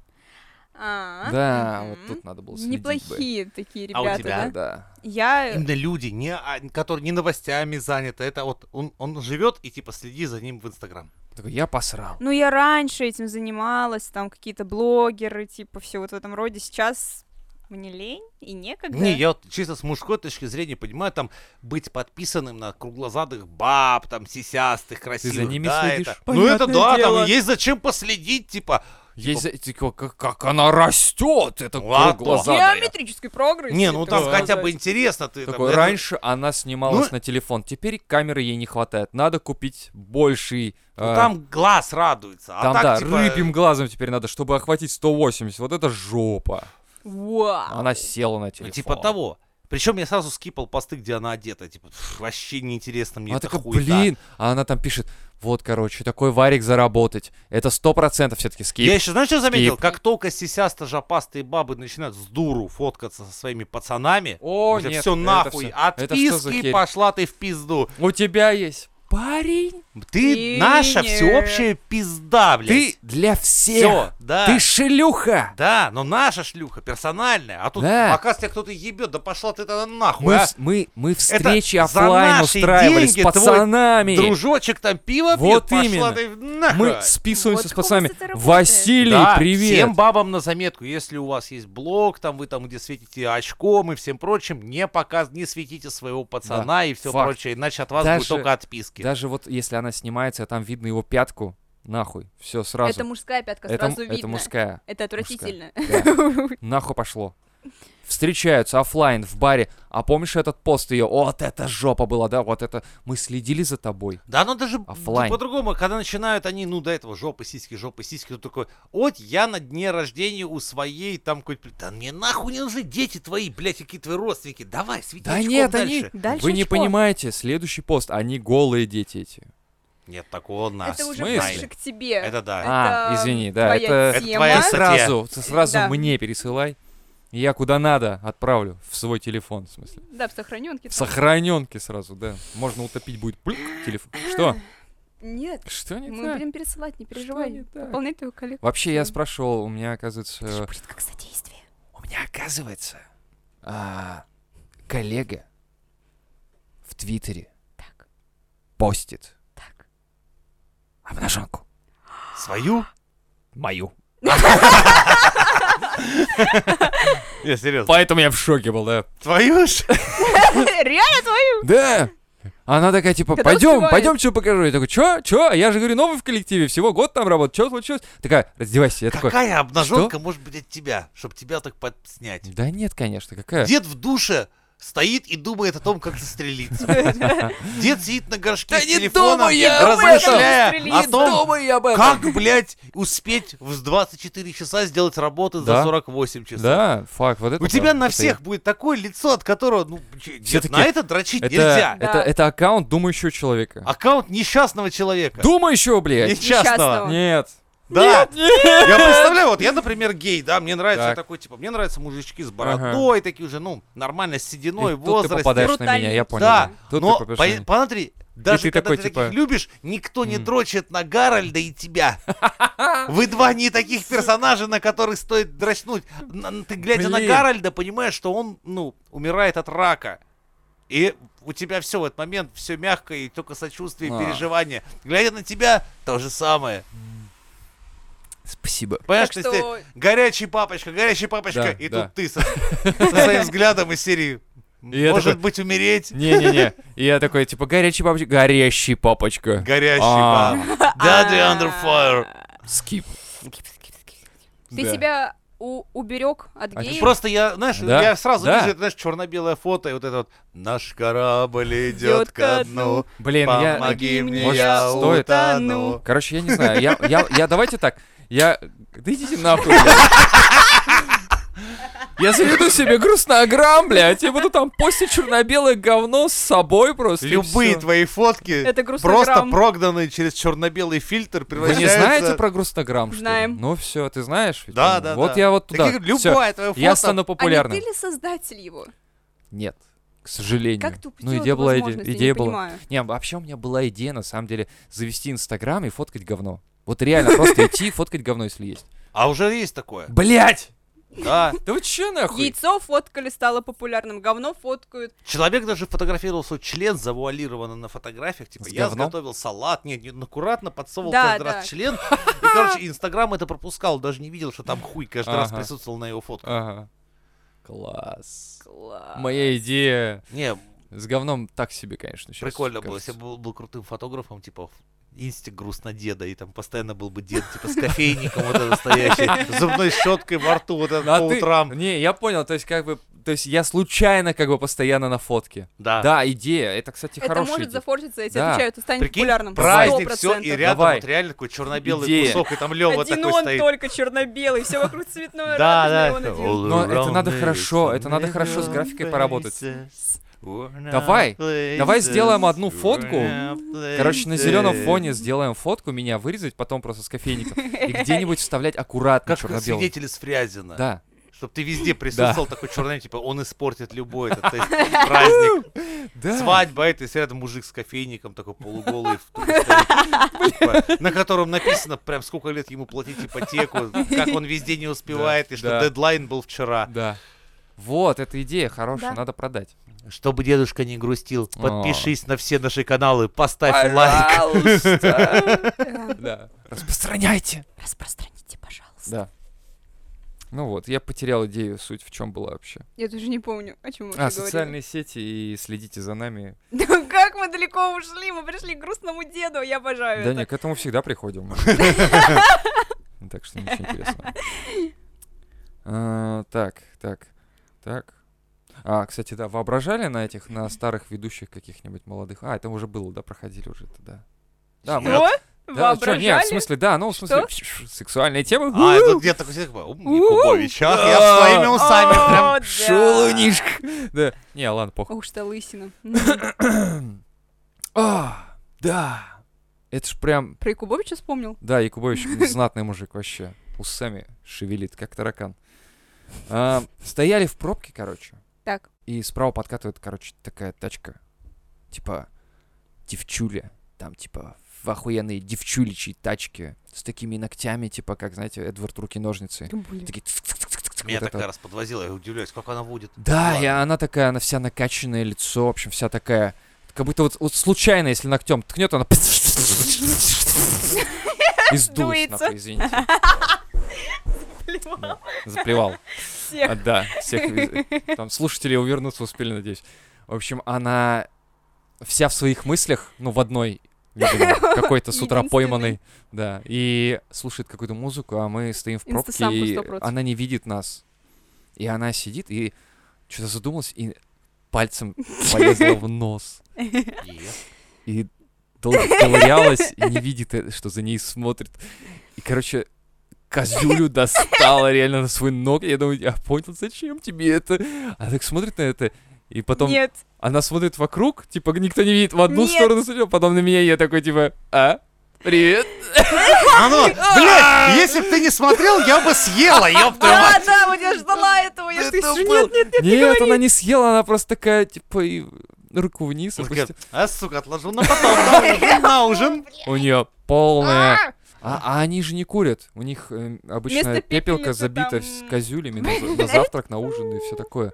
Speaker 1: А,
Speaker 2: Да, вот
Speaker 1: мгм.
Speaker 2: тут надо было следить. бы.
Speaker 1: Неплохие такие
Speaker 3: А у
Speaker 1: ребята,
Speaker 3: тебя?
Speaker 2: Да,
Speaker 1: да?
Speaker 2: да.
Speaker 1: Я...
Speaker 3: Именно люди, не, а, которые не новостями заняты. Это вот он, он живет и типа следи за ним в Инстаграм.
Speaker 2: Такой, я посрал.
Speaker 1: Ну, я раньше этим занималась, там какие-то блогеры, типа, все вот в этом роде. Сейчас мне лень и некогда.
Speaker 3: Не, я вот чисто с мужской точки зрения понимаю, там быть подписанным на круглозадых баб, там сисястых, красивых.
Speaker 2: ними
Speaker 3: да,
Speaker 2: следишь?
Speaker 3: это- Ну это
Speaker 1: Понятное
Speaker 3: да,
Speaker 1: дело.
Speaker 3: там есть зачем последить, типа.
Speaker 2: Есть, за- ты как, как- как она растет, это
Speaker 3: Ну, Ладно.
Speaker 2: глаза.
Speaker 1: Геометрический прогресс.
Speaker 3: Не, ну
Speaker 1: это
Speaker 3: там
Speaker 1: вот
Speaker 3: хотя
Speaker 1: сказать.
Speaker 3: бы интересно ты. там,
Speaker 2: Такой,
Speaker 3: это-
Speaker 2: раньше она снималась
Speaker 3: Ну-
Speaker 2: на телефон, теперь камеры ей не хватает. Надо купить больший.
Speaker 3: ну,
Speaker 2: э,
Speaker 3: там глаз радуется. А
Speaker 2: там,
Speaker 3: так,
Speaker 2: да,
Speaker 3: типа,
Speaker 2: рыбьим глазом теперь надо, чтобы охватить 180. Вот это жопа.
Speaker 1: Вау.
Speaker 2: Она села на телефон.
Speaker 3: Ну, типа того. Причем я сразу скипал посты, где она одета. Типа, «Пф, вообще неинтересно мне
Speaker 2: Она
Speaker 3: это
Speaker 2: такая,
Speaker 3: хуета».
Speaker 2: блин, а она там пишет, вот, короче, такой варик заработать. Это сто процентов все-таки скип.
Speaker 3: Я еще, знаешь, что заметил?
Speaker 2: Скип.
Speaker 3: Как только сисясто жопастые бабы начинают с дуру фоткаться со своими пацанами,
Speaker 2: О, нет,
Speaker 3: все
Speaker 2: это
Speaker 3: нахуй,
Speaker 2: всё- это что за
Speaker 3: отписки,
Speaker 2: херь?
Speaker 3: пошла ты в пизду.
Speaker 2: У тебя есть парень,
Speaker 3: Ты
Speaker 1: И
Speaker 3: наша
Speaker 1: нет.
Speaker 3: всеобщая пизда, блядь.
Speaker 2: ты для всех.
Speaker 3: Все, да.
Speaker 2: Ты шлюха.
Speaker 3: Да, но наша шлюха персональная, а тут
Speaker 2: Да.
Speaker 3: оказывается тебя кто-то ебет, да пошла ты тогда нахуй,
Speaker 2: Мы,
Speaker 3: а?
Speaker 2: вс- мы, мы встречи
Speaker 3: за
Speaker 2: оффлайн
Speaker 3: наши
Speaker 2: устраивали с
Speaker 3: деньги твой
Speaker 2: пацанами.
Speaker 3: Дружочек там пиво
Speaker 2: Вот
Speaker 3: пьет,
Speaker 2: именно.
Speaker 3: пошла ты нахуй.
Speaker 2: Мы списываемся
Speaker 1: Вот
Speaker 2: с
Speaker 1: как
Speaker 2: пацанами.
Speaker 1: это работает.
Speaker 2: Василий,
Speaker 3: Да,
Speaker 2: привет.
Speaker 3: всем бабам на заметку, если у вас есть блог, там вы там где светите очком и всем прочим, не показ, не светите своего пацана и все
Speaker 2: факт.
Speaker 3: прочее, иначе от вас
Speaker 2: Даже-
Speaker 3: будут только отписки.
Speaker 2: Даже вот если она снимается, а там видно его пятку, нахуй, все сразу.
Speaker 1: Это мужская пятка,
Speaker 2: Это м-
Speaker 1: сразу
Speaker 2: это
Speaker 1: видно.
Speaker 2: мужская.
Speaker 1: Это отвратительно. [laughs]
Speaker 2: Да. Нахуй пошло. Встречаются оффлайн в баре. А помнишь этот пост ее? Вот это жопа была, да? Вот это мы следили за тобой.
Speaker 3: Да, но даже
Speaker 2: Оффлайн.
Speaker 3: по-другому, когда начинают они, ну, до этого жопы, сиськи, жопы, сиськи, то такой, вот я на дне рождения у своей там какой-то, да мне нахуй не нужны дети твои, блядь, какие твои родственники, давай, свети
Speaker 2: Да
Speaker 3: очком
Speaker 2: нет,
Speaker 3: дальше.
Speaker 2: они.
Speaker 1: Дальше
Speaker 2: Вы не
Speaker 1: очко.
Speaker 2: понимаете, следующий пост. Они голые дети эти.
Speaker 3: Нет такого нас.
Speaker 1: Это уже
Speaker 2: смысле?
Speaker 1: ближе к тебе.
Speaker 3: Это да.
Speaker 2: А,
Speaker 1: Это
Speaker 2: извини, да,
Speaker 1: твоя
Speaker 2: это.
Speaker 3: Это
Speaker 1: тема.
Speaker 3: твоя
Speaker 2: Ты
Speaker 3: статья.
Speaker 2: сразу, ты сразу
Speaker 1: Да.
Speaker 2: мне пересылай. и Я куда надо отправлю. В свой телефон, в смысле.
Speaker 1: Да, в сохраненке.
Speaker 2: В сохраненке сразу, да. Можно утопить будет. Плюк, телефон. Что?
Speaker 1: Нет,
Speaker 2: Что не
Speaker 1: мы
Speaker 2: так?
Speaker 1: будем пересылать, не
Speaker 2: не
Speaker 1: переживай.
Speaker 2: так?
Speaker 1: Выполняй твою коллекцию.
Speaker 2: Вообще, я спрашивал, у меня, оказывается... э,
Speaker 1: Будет как содействие.
Speaker 2: У меня, оказывается, а, коллега в Твиттере
Speaker 1: Так,
Speaker 2: постит
Speaker 1: так. [laughs]
Speaker 2: обнаженку.
Speaker 1: А.
Speaker 3: Свою?
Speaker 2: Мою.
Speaker 3: Я серьезно.
Speaker 2: Поэтому я в шоке был, да.
Speaker 3: Твою ж?
Speaker 1: Реально твою?
Speaker 2: Да! Она такая, типа,
Speaker 1: Когда
Speaker 2: пойдем,
Speaker 1: успевает?»
Speaker 2: пойдем, что покажу. Я такой, чё, чё? А Я же, говорю, новый в коллективе, всего год там работаю, что случилось? Такая, раздевайся. Я такой,
Speaker 3: Какая обнаженка может быть от тебя, чтобы тебя так подснять?
Speaker 2: да нет, конечно, какая.
Speaker 3: Дед в душе стоит и думает о том, как застрелиться. Дед сидит на горшке
Speaker 2: Да
Speaker 3: с
Speaker 2: не
Speaker 3: телефоном,
Speaker 2: думай я об этом!
Speaker 3: размышляя
Speaker 2: «А
Speaker 3: о
Speaker 1: Застрелиться.
Speaker 3: том,
Speaker 2: об
Speaker 3: как, блядь, успеть в 24 часа сделать работу за
Speaker 2: Да.
Speaker 3: 48 часов.
Speaker 2: Да, факт, вот это
Speaker 3: У тебя
Speaker 2: правда,
Speaker 3: на
Speaker 2: это
Speaker 3: всех будет такое лицо, от которого, ну, ч- дед,
Speaker 2: Всё-таки
Speaker 3: на это дрочить
Speaker 2: я- Это,
Speaker 3: нельзя. А
Speaker 2: это,
Speaker 1: Да.
Speaker 2: это аккаунт думающего человека.
Speaker 3: Аккаунт несчастного человека.
Speaker 2: Думающего, блядь.
Speaker 3: Несчастного.
Speaker 1: Несчастного.
Speaker 2: Нет.
Speaker 3: Да.
Speaker 2: [laughs]
Speaker 3: Я представляю, вот я, например, гей, да, мне нравится
Speaker 2: Так.
Speaker 3: такой, типа, мне нравятся мужички с бородой, такие уже, ну, нормально, с сединой,
Speaker 2: И
Speaker 3: в
Speaker 2: Тут ты
Speaker 3: возрасте.
Speaker 2: попадаешь на меня,
Speaker 1: Брутальный.
Speaker 2: я понял.
Speaker 3: Да,
Speaker 2: Тут
Speaker 3: но
Speaker 2: ты попадаешь
Speaker 3: по-
Speaker 2: на меня.
Speaker 3: посмотри, даже
Speaker 2: ты
Speaker 3: когда
Speaker 2: такой,
Speaker 3: ты
Speaker 2: типа,
Speaker 3: таких любишь, никто не
Speaker 2: «М».
Speaker 3: дрочит на Гарольда и
Speaker 2: [laughs]
Speaker 3: тебя. Вы два не таких персонажа, на которых стоит дрочнуть. На- на- Ты, глядя на
Speaker 2: Блин.
Speaker 3: Гарольда, понимаешь, что он, ну, умирает от рака. И у тебя все в этот момент, все мягко и только сочувствие и
Speaker 2: А.
Speaker 3: переживание. Глядя на тебя, то же самое.
Speaker 2: Спасибо.
Speaker 3: Понимаешь,
Speaker 1: Так
Speaker 3: то есть ты
Speaker 1: что-
Speaker 3: горячий папочка, горячий папочка,
Speaker 2: Да,
Speaker 3: и
Speaker 2: да.
Speaker 3: тут
Speaker 2: [laughs]
Speaker 3: ты со, со своим взглядом из серии
Speaker 2: И я
Speaker 3: «Может
Speaker 2: такой-
Speaker 3: быть, умереть?»
Speaker 2: Не-не-не. И я такой, типа, горячий папочка. Горящий папочка.
Speaker 3: Горящий
Speaker 2: А.
Speaker 1: [laughs]
Speaker 3: папа. Daddy under fire.
Speaker 2: Скип.
Speaker 1: Скип, скип, скип, скип. Ты
Speaker 2: Да.
Speaker 1: себя у- уберег от
Speaker 2: А ты
Speaker 1: геев?
Speaker 3: Просто я, знаешь,
Speaker 2: Да,
Speaker 3: я сразу
Speaker 2: да.
Speaker 3: вижу, это, знаешь, черно-белое фото, и вот это вот «Наш корабль идет
Speaker 1: Идёт
Speaker 3: ко
Speaker 1: ко
Speaker 3: дну,
Speaker 1: дну.
Speaker 2: Блин, я...
Speaker 3: помоги мне,
Speaker 2: Может,
Speaker 3: я
Speaker 2: стоит? Ну,
Speaker 3: утону».
Speaker 2: Короче, я не знаю. Я, я, я давайте так. Я... Да идите [laughs] нахуй, блядь. Я заведу себе грустнограмм, блядь, и буду там постить черно-белое говно с собой просто. и
Speaker 3: Любые
Speaker 2: всё.
Speaker 3: твои фотки
Speaker 1: Это
Speaker 3: просто
Speaker 1: грустнограмм.
Speaker 3: прогнанные через черно-белый фильтр
Speaker 2: Вы
Speaker 3: превращаются...
Speaker 2: не знаете про грустнограмм, что ли?
Speaker 1: Знаем.
Speaker 2: Ну все, ты знаешь? ведь,
Speaker 3: Да,
Speaker 2: ну,
Speaker 3: да,
Speaker 2: Вот
Speaker 3: да.
Speaker 2: я вот
Speaker 3: Так
Speaker 2: туда.
Speaker 3: я говорю,
Speaker 2: Всё,
Speaker 3: Любая твоя
Speaker 2: Я
Speaker 3: фото...
Speaker 2: стану
Speaker 1: А
Speaker 2: популярным.
Speaker 1: не ты ли создатель его?
Speaker 2: Нет, к сожалению.
Speaker 1: Как ты упустил
Speaker 2: Ну, идея
Speaker 1: эту
Speaker 2: была, иде-
Speaker 1: возможность, я не
Speaker 2: идея была.
Speaker 1: понимаю.
Speaker 2: Не, вообще у меня была идея, на самом деле, завести Инстаграм и фоткать говно. Вот реально, просто идти и фоткать говно, если
Speaker 3: [laughs]
Speaker 2: есть.
Speaker 3: А уже
Speaker 1: [laughs]
Speaker 3: есть такое.
Speaker 2: Блять!
Speaker 3: Да.
Speaker 2: Да вы че нахуй?
Speaker 1: Яйцо фоткали, стало популярным, говно фоткают.
Speaker 3: Человек даже фотографировал свой член завуалированно на фотографиях. Типа,
Speaker 2: С
Speaker 3: я
Speaker 2: говном?
Speaker 3: заготовил салат. Нет, нет, аккуратно подсовывал
Speaker 1: Да,
Speaker 3: каждый раз
Speaker 1: да. [laughs]
Speaker 3: член. И, короче, Инстаграм это пропускал. Даже не видел, что там хуй каждый раз
Speaker 2: Ага.
Speaker 3: присутствовал на его фотке.
Speaker 2: Ага. Класс.
Speaker 1: Класс.
Speaker 2: Моя идея
Speaker 3: Не,
Speaker 2: с говном так себе, конечно, сейчас.
Speaker 3: прикольно было. Если бы был, был крутым фотографом, типа инстинкт грустно деда, и там постоянно был бы дед, типа, с кофейником вот это стоящий, с зубной щеткой во рту вот это
Speaker 2: А
Speaker 3: по
Speaker 2: ты-
Speaker 3: утрам.
Speaker 2: Не, я понял, то есть как бы, то есть я случайно как бы постоянно на фотке.
Speaker 3: Да.
Speaker 2: Да, идея, это, кстати,
Speaker 1: Это
Speaker 2: хорошая
Speaker 1: может
Speaker 2: идея.
Speaker 1: зафорситься, если
Speaker 2: Да.
Speaker 1: отвечают, и станет
Speaker 3: Прикинь,
Speaker 1: популярным.
Speaker 3: праздник, все, и
Speaker 1: 100%.
Speaker 3: рядом
Speaker 2: Давай.
Speaker 3: вот реально такой черно-белый
Speaker 2: Идея.
Speaker 3: кусок, и там Лева
Speaker 1: Один
Speaker 3: такой
Speaker 1: он
Speaker 3: стоит.
Speaker 1: только черно-белый, все вокруг цветное, радужное,
Speaker 3: Да, да.
Speaker 1: он
Speaker 3: это
Speaker 1: один.
Speaker 3: all
Speaker 2: Но это
Speaker 3: around
Speaker 2: надо
Speaker 3: me,
Speaker 2: хорошо,
Speaker 3: it's
Speaker 2: это надо
Speaker 3: amazing
Speaker 2: хорошо с графикой поработать.
Speaker 3: places, worn out
Speaker 2: Давай,
Speaker 3: places,
Speaker 2: давай сделаем одну
Speaker 3: worn
Speaker 2: фотку.
Speaker 3: out
Speaker 2: Короче, на зеленом
Speaker 3: places.
Speaker 2: фоне сделаем фотку, меня вырезать, потом просто с кофейником. И где-нибудь вставлять аккуратно
Speaker 3: Как
Speaker 2: черно-белым.
Speaker 3: свидетели с Фрязина.
Speaker 2: Да.
Speaker 3: Что Чтобы ты везде присутствовал такой черный, типа, он испортит любой этот то есть, праздник.
Speaker 2: Да.
Speaker 3: Свадьба, это если рядом мужик с кофейником, такой полуголый, в трубе стоит, типа, на котором написано, прям сколько лет ему платить ипотеку, как он везде не успевает, и что
Speaker 2: да.
Speaker 3: дедлайн был вчера.
Speaker 2: Да. Вот, эта идея хорошая,
Speaker 1: Да.
Speaker 2: надо продать.
Speaker 3: Чтобы дедушка не грустил,
Speaker 2: О.
Speaker 3: подпишись на все наши каналы, поставь лайк.
Speaker 2: Да. Распространяйте.
Speaker 1: Распространите, пожалуйста.
Speaker 2: Да. Ну вот, я потерял идею, суть в чем была вообще.
Speaker 1: Я даже не помню, о чем мы
Speaker 2: А,
Speaker 1: вообще говорили. [laughs]
Speaker 2: социальные сети и следите за нами.
Speaker 1: Да как мы далеко ушли, мы пришли к грустному деду, я обожаю
Speaker 2: Да
Speaker 1: это.
Speaker 2: не, к этому всегда приходим.
Speaker 1: [laughs]
Speaker 2: Ну, Так что ничего интересного. А, Так, так, так. А, кстати, да, воображали на этих, на старых ведущих каких-нибудь молодых? А, это уже было, да, проходили уже это, да. Да, мы-
Speaker 1: Что?
Speaker 2: Да, чё, нет, в
Speaker 1: Воображали?
Speaker 2: смысле, да, ну, в смысле,
Speaker 1: Что?
Speaker 2: сексуальные темы.
Speaker 3: А, тут где-то такой сидит, такой, «Ум, Якубович, а? Я
Speaker 2: Да.
Speaker 3: с своими усами
Speaker 4: А.
Speaker 3: прям
Speaker 1: О, да.
Speaker 2: Шулунишка. Да. Не, ладно,
Speaker 1: [laughs]
Speaker 2: похуй.
Speaker 1: Ух ты, лысина. Ну,
Speaker 2: А, да. Это ж прям...
Speaker 1: Про Якубовича вспомнил?
Speaker 2: Да, Якубович знатный мужик вообще. Усами шевелит, как таракан. А, Стояли в пробке, короче.
Speaker 1: Так.
Speaker 2: И справа подкатывает, короче, такая тачка. Типа, девчуля. Там, типа, в охуенные девчуличьи тачки. С такими ногтями, типа, как, знаете, Эдвард руки-ножницы.
Speaker 1: Блин.
Speaker 2: Такие... тск-тск-тск-тск,
Speaker 3: Меня
Speaker 2: вот
Speaker 3: так
Speaker 2: это вот.
Speaker 3: раз подвозило, я удивляюсь, как она водит.
Speaker 2: Да, и
Speaker 3: Ладно.
Speaker 2: она такая, она вся накачанное лицо, в общем, вся такая. Как будто вот, вот случайно, если ногтем ткнет, она... И сдулась,
Speaker 1: Дуется.
Speaker 2: нахуй, извините. Да, Заплевал.
Speaker 1: Всех.
Speaker 2: А, Да, всех. из- Там слушатели увернуться успели, надеюсь. В общем, она вся в своих мыслях, ну, в одной,
Speaker 1: [laughs]
Speaker 2: видимо, какой-то с утра
Speaker 1: Единственной.
Speaker 2: пойманной. Да, и слушает какую-то музыку, а мы стоим в пробке,
Speaker 1: Инстасамка
Speaker 2: и
Speaker 1: 100%.
Speaker 2: она не видит нас. И она сидит и что-то задумалась, и пальцем полезла в нос.
Speaker 3: И-
Speaker 2: И долго ковырялась, и не видит, э, что за ней смотрит. И, короче, козюлю достала реально на свой ног. Я думаю, я понял, зачем тебе это? Она так смотрит на это, и потом
Speaker 1: Нет.
Speaker 2: она смотрит вокруг, типа никто не видит в одну
Speaker 1: Нет.
Speaker 2: сторону, судьба, потом на меня, и я такой, типа, а? Привет.
Speaker 3: А ну, блядь, если бы ты не смотрел, я бы съела, ёб твою мать.
Speaker 1: А, да, вот я ждала этого. Я
Speaker 3: Это
Speaker 1: ты
Speaker 3: был-
Speaker 1: нет, нет, нет, не
Speaker 2: Нет,
Speaker 1: говори.
Speaker 2: она не съела, она просто такая, типа, и руку вниз
Speaker 3: Он
Speaker 2: опустила.
Speaker 3: говорит, А, сука, отложил на потом, на- на ужин.
Speaker 2: У нее полная... А, а они же не курят. У них э, обычно
Speaker 1: Вместо
Speaker 2: пепелка
Speaker 1: пепельницы
Speaker 2: забита с
Speaker 1: там-
Speaker 2: козюлями на, за- на завтрак, на ужин и все такое.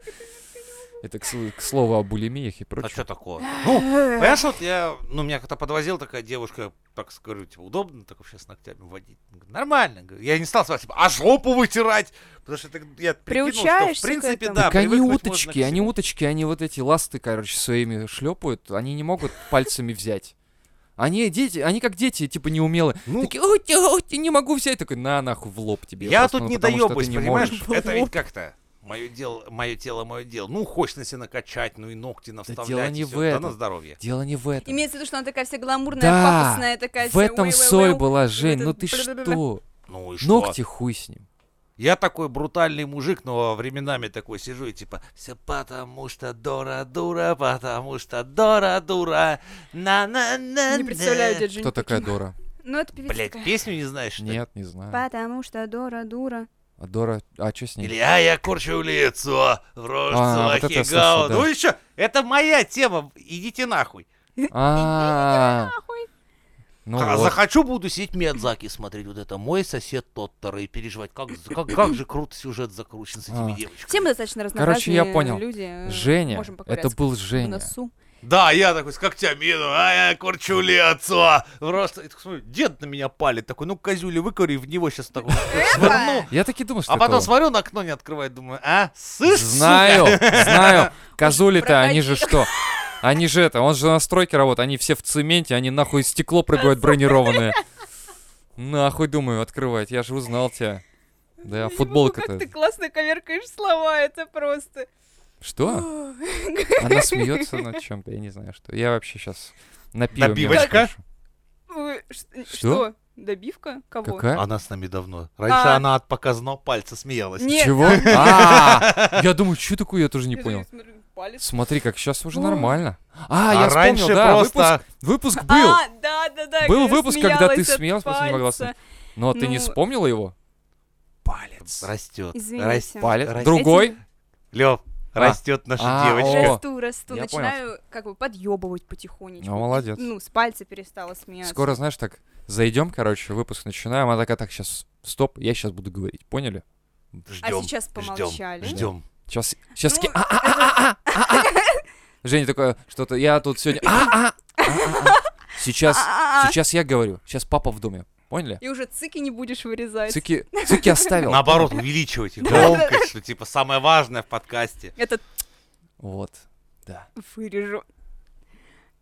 Speaker 2: Это к, сло- к слову о булимиях и
Speaker 3: А
Speaker 2: прочем.
Speaker 3: что такого? Ну, понимаешь, вот я, ну, меня когда подвозил такая девушка, так скажу, типа, удобно так вообще с ногтями водить? Говорю, Нормально. Говорю, Я не стал спрашивать, типа, а жопу вытирать? Потому что это- я прикинул, что в
Speaker 1: Приучаешься к
Speaker 3: принципе,
Speaker 1: этому.
Speaker 3: да,
Speaker 2: так они
Speaker 3: привыкнуть можно
Speaker 2: уточки,
Speaker 3: к
Speaker 2: они
Speaker 3: всему.
Speaker 2: уточки, они вот эти ласты, короче, своими шлепают, они не могут пальцами взять. Они дети, они как дети, типа неумелые.
Speaker 3: Ну,
Speaker 2: Такие, ой, тя- ой, тя, не могу взять, такой, на нахуй в лоб тебе.
Speaker 3: Я
Speaker 2: просто,
Speaker 3: тут
Speaker 2: ну,
Speaker 3: не
Speaker 2: потому что ты
Speaker 3: доебаюсь,
Speaker 2: не
Speaker 3: понимаешь?
Speaker 2: можешь».
Speaker 3: Это
Speaker 1: Вот.
Speaker 3: ведь как-то мое дело, мое тело, мое дело. Ну, хочешь на себя накачать, ну и ногти наставлять.
Speaker 2: дело
Speaker 3: и
Speaker 2: не
Speaker 3: всё.
Speaker 2: в
Speaker 3: Да
Speaker 2: этом.
Speaker 3: на здоровье.
Speaker 2: Дело не в этом.
Speaker 1: Имеется в виду, что она такая вся гламурная,
Speaker 2: Да,
Speaker 1: пафосная, такая
Speaker 2: В этом соль была, Жень,
Speaker 1: это
Speaker 2: ну ты
Speaker 1: бля-бля-бля.
Speaker 2: что?
Speaker 3: Ну и что?
Speaker 2: Ногти хуй с ним.
Speaker 3: Я такой брутальный мужик, но временами такой сижу и типа все потому что Дора дура, потому что Дора дура, на на на.
Speaker 1: Не представляю, дядя Жень.
Speaker 2: Кто такая Дора?
Speaker 1: Ну, это певица
Speaker 3: Блять,
Speaker 1: такая.
Speaker 3: песню не знаешь? что ли?
Speaker 2: Нет, не знаю.
Speaker 1: Потому что Дора дура.
Speaker 2: А Дора, а что с ней?
Speaker 3: Или а я корчу лицо в рожцу
Speaker 2: А, вот это я слышал,
Speaker 3: ахигау».
Speaker 2: да.
Speaker 3: Ну еще, это моя тема, идите нахуй.
Speaker 2: А,
Speaker 1: Нахуй.
Speaker 2: ну
Speaker 3: а
Speaker 2: вот.
Speaker 3: захочу, буду сидеть Миядзаки смотреть. Вот это мой сосед тот второй, переживать. Как, как, как же круто сюжет закручен с этими
Speaker 2: А.
Speaker 3: девочками.
Speaker 1: Все мы достаточно разнообразные
Speaker 2: Короче, я понял.
Speaker 1: люди. э,
Speaker 2: Женя,
Speaker 1: можем
Speaker 2: это
Speaker 1: поковыряться
Speaker 2: был
Speaker 1: в
Speaker 2: Женя.
Speaker 1: носу.
Speaker 3: Да, я такой с когтями еду, а я корчу лицо. Просто, и так смотрю, дед на меня палит. Такой, ну, козюли, выкори в него сейчас такой сверну.
Speaker 2: Я так и думал, что
Speaker 3: А потом
Speaker 2: это он.
Speaker 3: смотрю, на окно не открывает, думаю, а, сышь,
Speaker 2: Знаю, знаю. Козули-то,
Speaker 1: проходи.
Speaker 2: они же что? Они же это, он же на стройке работает, они все в цементе, они нахуй стекло прыгают бронированное. Нахуй, думаю, открывать, я же узнал тебя.
Speaker 1: [laughs] Я
Speaker 2: Да, а
Speaker 1: не могу, Ну, Как
Speaker 2: футболка-то.
Speaker 1: ты классно коверкаешь слова, это просто.
Speaker 2: Что? Она смеется над чем-то, я не знаю, что. Я вообще сейчас на пиво. мимо
Speaker 3: Добивочка?
Speaker 2: скажу.
Speaker 1: Ой, ш-
Speaker 2: Что?
Speaker 1: Что? Добивка? Кого?
Speaker 2: Какая?
Speaker 3: Она с нами давно. Раньше
Speaker 1: А.
Speaker 3: она от показного пальца смеялась.
Speaker 1: Нет,
Speaker 2: Чего? А, я думаю, что такое, я тоже не
Speaker 1: Я
Speaker 2: понял.
Speaker 1: даже смотрю, Палец.
Speaker 2: Смотри, как сейчас уже
Speaker 1: Ой.
Speaker 2: нормально. А, я
Speaker 3: А раньше
Speaker 2: вспомнил, да, выпуск,
Speaker 3: просто...
Speaker 2: выпуск был.
Speaker 1: А, да, да, да.
Speaker 2: Был
Speaker 1: когда
Speaker 2: выпуск, когда ты
Speaker 1: смеялась от
Speaker 2: смеялась, просто не могла
Speaker 1: пальца.
Speaker 2: Но ты не
Speaker 1: ну.
Speaker 2: вспомнила его? Палец. палец.
Speaker 3: Растет.
Speaker 4: Извините.
Speaker 2: Палец.
Speaker 3: Растет.
Speaker 2: Другой. Ну,
Speaker 3: Лев, растет наша
Speaker 2: А,
Speaker 3: девочка.
Speaker 2: о.
Speaker 4: Расту, расту.
Speaker 2: Я понял.
Speaker 4: Начинаю как бы подъебывать потихонечку.
Speaker 2: Ну, молодец.
Speaker 4: Ну, с пальца перестала смеяться.
Speaker 2: Скоро, знаешь, так зайдем, короче, выпуск начинаем. Она такая, так, сейчас, стоп, я сейчас буду говорить, поняли?
Speaker 4: А
Speaker 3: Ждем.
Speaker 4: сейчас помолчали.
Speaker 3: Ждем.
Speaker 2: Сейчас, сейчас...
Speaker 4: Ну,
Speaker 2: ки- а, а, а, а, а, а, а. Женя такое, что-то, я тут сегодня... а, а, а, а, а. Сейчас,
Speaker 4: А-а-а.
Speaker 2: сейчас я говорю, сейчас папа в доме, поняли?
Speaker 4: а, И уже цики не будешь вырезать.
Speaker 2: Цыки, цыки оставил.
Speaker 3: Наоборот, увеличивать их громкость, что типа самое важное в подкасте.
Speaker 4: Это
Speaker 2: Вот.
Speaker 4: вырежу.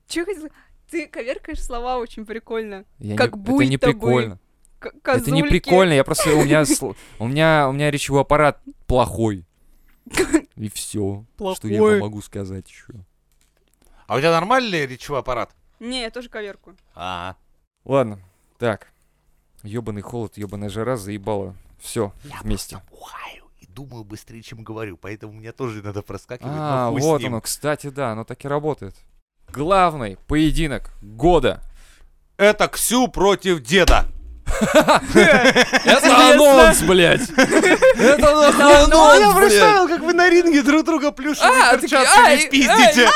Speaker 4: Че хотела- Ты коверкаешь слова очень прикольно.
Speaker 2: Я не-
Speaker 4: Как
Speaker 2: Это не
Speaker 4: будь-то бы,
Speaker 2: прикольно.
Speaker 4: К-
Speaker 2: Это не
Speaker 4: козульки.
Speaker 2: прикольно, я просто... У меня, сл- у меня, у меня речевой аппарат плохой. И все, что я
Speaker 4: Плохой.
Speaker 2: вам могу сказать еще.
Speaker 3: А у тебя нормальный речевой аппарат?
Speaker 4: Не, я тоже коверку.
Speaker 3: А,
Speaker 2: Ладно, так. Ёбаный холод, ёбаная жара заебала. Все, вместе.
Speaker 3: ухаю и думаю быстрее, чем говорю, поэтому у меня тоже иногда проскакивает.
Speaker 2: А,
Speaker 3: но хуй с
Speaker 2: вот
Speaker 3: ним.
Speaker 2: оно. Кстати, да, оно так и работает. Главный поединок года.
Speaker 3: Это Ксю против деда.
Speaker 2: Это анонс, блядь! Это нахуй
Speaker 3: Ну, а я
Speaker 2: анонс, блядь!
Speaker 3: представил, как вы на ринге друг друга плюшевыми
Speaker 2: А,
Speaker 3: перчатками
Speaker 2: такие, ай,
Speaker 3: пиздите.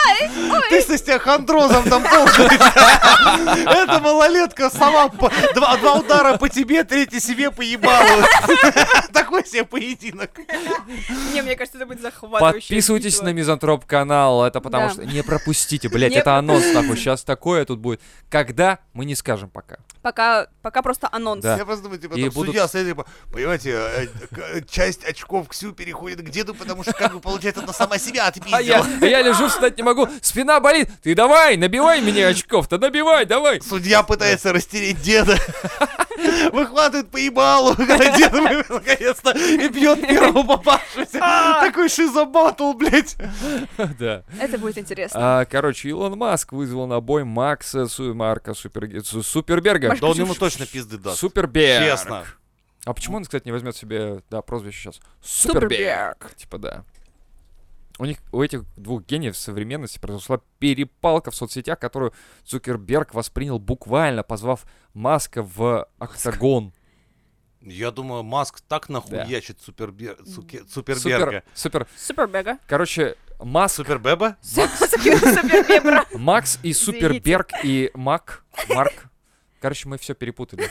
Speaker 3: Ты со стеохондрозом там ползаешь. [laughs] Это малолетка сама по- два два удара по тебе, третий себе поебала. [laughs] Такой себе поединок.
Speaker 4: Не, мне кажется, это будет захватывающе.
Speaker 2: Подписывайтесь на Мизантроп канал, это потому
Speaker 4: Да.
Speaker 2: что... Не пропустите, блядь,
Speaker 4: Не-
Speaker 2: это анонс нахуй. Сейчас такое тут будет. Когда, мы не скажем пока.
Speaker 4: Пока, пока просто анонс.
Speaker 2: Да.
Speaker 3: Я просто думаю, типа,
Speaker 2: И
Speaker 3: там
Speaker 2: будут-
Speaker 3: судья стоит, типа, понимаете, э, к- часть очков Ксю переходит к деду, потому что, как бы, получается, она сама себя отпиздила.
Speaker 2: А я, а я лежу, встать не могу, спина болит. Ты давай, набивай меня очков-то, набивай, давай.
Speaker 3: Судья пытается растереть деда. [laughs] Выхватывает поебалу, [laughs] когда дед вывел, наконец-то и бьет первого [laughs] попавшегося. Такой шизобаттл, блядь.
Speaker 2: [laughs] Да.
Speaker 4: Это будет интересно.
Speaker 2: А, короче, Илон Маск вызвал на бой Макса Су- Марка Суперге- Су- Суперберга.
Speaker 4: Да он ему
Speaker 3: точно пизды
Speaker 2: Суперберг. А почему он, кстати, не возьмет себе, да, прозвище сейчас?
Speaker 4: Суперберг.
Speaker 2: Суперберг. Типа, да. У них, у этих двух гениев современности произошла перепалка в соцсетях, которую Цукерберг воспринял буквально, позвав Маска в октагон.
Speaker 3: Я думаю, Маск так нахуячит Супербер- Суке- Суперберга.
Speaker 2: Супер, супер.
Speaker 4: Супербега.
Speaker 2: Короче, Маск
Speaker 3: Супербеба?
Speaker 4: [laughs] Супербебра.
Speaker 2: Макс и
Speaker 4: Извините.
Speaker 2: Суперберг и Мак. Марк. Короче, мы все перепутали.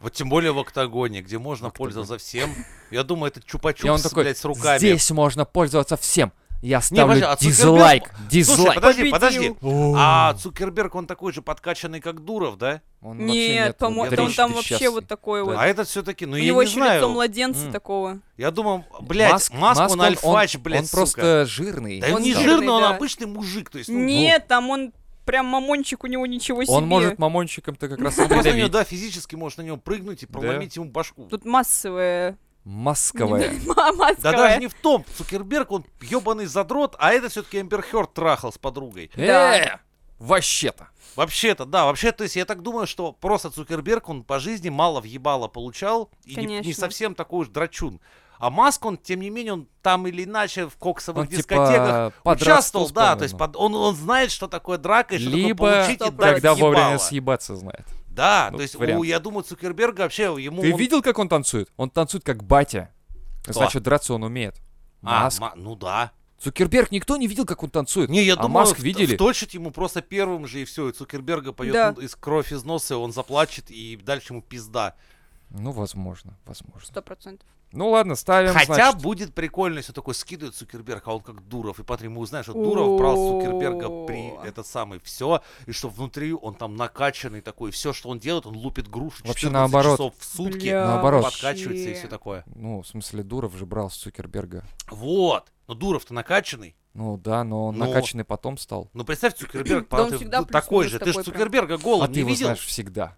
Speaker 3: Вот тем более в октагоне, где можно
Speaker 2: Октагон.
Speaker 3: пользоваться всем. Я думаю, это
Speaker 2: И он
Speaker 3: чупа-чупс,
Speaker 2: такой,
Speaker 3: блядь, с руками.
Speaker 2: здесь можно пользоваться всем. Я ставлю
Speaker 3: подожди, а Цукерберг-
Speaker 2: дизлайк.
Speaker 3: Слушай,
Speaker 2: Дизлайк.
Speaker 3: подожди,
Speaker 4: Победил.
Speaker 3: подожди.
Speaker 2: О.
Speaker 3: А Цукерберг, он такой же подкачанный, как Дуров, да?
Speaker 2: Он вообще
Speaker 4: Нет,
Speaker 2: нет, вот
Speaker 4: по-моему, там,
Speaker 2: дрищ,
Speaker 4: там
Speaker 2: ты
Speaker 4: вообще
Speaker 2: счастлив.
Speaker 4: вот такое
Speaker 2: Да.
Speaker 4: вот.
Speaker 3: А этот все-таки, ну
Speaker 4: У
Speaker 3: я
Speaker 4: него
Speaker 3: не
Speaker 4: еще лицо
Speaker 3: знаю.
Speaker 4: младенца
Speaker 2: М.
Speaker 4: такого.
Speaker 3: Я думал, блядь, Маск, он, альфач, блядь,
Speaker 2: Он
Speaker 3: сука.
Speaker 2: просто жирный.
Speaker 3: Да он
Speaker 4: он
Speaker 3: не
Speaker 2: стал.
Speaker 4: жирный,
Speaker 3: жирный, он
Speaker 4: да.
Speaker 3: обычный мужик, то есть, ну,
Speaker 4: Нет, там он прям мамончик у него ничего себе.
Speaker 2: Он может мамончиком-то как
Speaker 3: [laughs]
Speaker 2: раз и
Speaker 3: ну, просто на него,
Speaker 2: придавить.
Speaker 3: да, физически может на него прыгнуть и проломить ему башку.
Speaker 4: Тут массовое. [laughs]
Speaker 3: [laughs]
Speaker 2: Масковая.
Speaker 4: Массовое.
Speaker 3: Да даже не в том, Цукерберг, он ебаный задрот, а это все-таки Эмбер Хёрд трахал с подругой.
Speaker 4: Да.
Speaker 2: Э, Вообще-то.
Speaker 3: Вообще-то, да, вообще, то есть я так думаю, что просто Цукерберг, он по жизни мало въебало получал и не- не,
Speaker 4: Конечно.
Speaker 3: совсем такой уж драчун. А Маск, он, тем не менее, он там или иначе в коксовых
Speaker 2: Он типа
Speaker 3: дискотеках
Speaker 2: подрастал
Speaker 3: участвовал,
Speaker 2: с
Speaker 3: да, то
Speaker 2: полным.
Speaker 3: есть под- он, он знает, что такое драка и что такое
Speaker 2: Либо
Speaker 3: получить и дать
Speaker 2: когда вовремя
Speaker 3: ебало.
Speaker 2: съебаться знает.
Speaker 3: Да,
Speaker 2: Ну,
Speaker 3: то есть,
Speaker 2: вариант.
Speaker 3: у, я думаю, Цукерберга вообще ему...
Speaker 2: Ты
Speaker 3: Ну, он-
Speaker 2: видел, как он танцует? Он танцует как батя. Значит, драться он умеет.
Speaker 3: А,
Speaker 2: Маск.
Speaker 3: Ма- ну да.
Speaker 2: Цукерберг никто не видел, как он танцует.
Speaker 3: Не, я
Speaker 2: а
Speaker 3: думаю,
Speaker 2: Маск
Speaker 3: в-
Speaker 2: видели?
Speaker 3: вточат ему просто первым же, и все, и Цукерберга поет
Speaker 4: Да.
Speaker 3: из кровь из носа, и он заплачет, и дальше ему пизда.
Speaker 2: Ну, возможно, возможно.
Speaker 4: Сто процентов.
Speaker 2: Ну ладно, ставим,
Speaker 3: Хотя
Speaker 2: значит.
Speaker 3: будет прикольно, если такой скидывает Цукерберг, а он как Дуров. И потом мы узнаем, что
Speaker 4: О.
Speaker 3: Дуров брал Цукерберга при этот самый все, и что внутри он там накачанный такой, все, что он делает, он лупит грушу 14
Speaker 2: Вообще наоборот.
Speaker 3: часов в сутки,
Speaker 4: Бля,
Speaker 2: Наоборот.
Speaker 3: подкачивается и
Speaker 4: вообще.
Speaker 3: все такое.
Speaker 2: Ну, в смысле, Дуров же брал с Цукерберга.
Speaker 3: Вот. Но Дуров-то накачанный.
Speaker 2: Ну да, но он
Speaker 3: Ну.
Speaker 2: накачанный потом стал.
Speaker 3: Ну представь, Цукерберг,
Speaker 4: Да
Speaker 3: пора
Speaker 4: он
Speaker 3: ты
Speaker 4: всегда
Speaker 3: д- такой
Speaker 4: плюс-минус
Speaker 3: же. Ты же
Speaker 4: такой прям.
Speaker 3: Цукерберга голым
Speaker 2: а ты
Speaker 3: не
Speaker 2: его
Speaker 3: видел?
Speaker 2: знаешь всегда.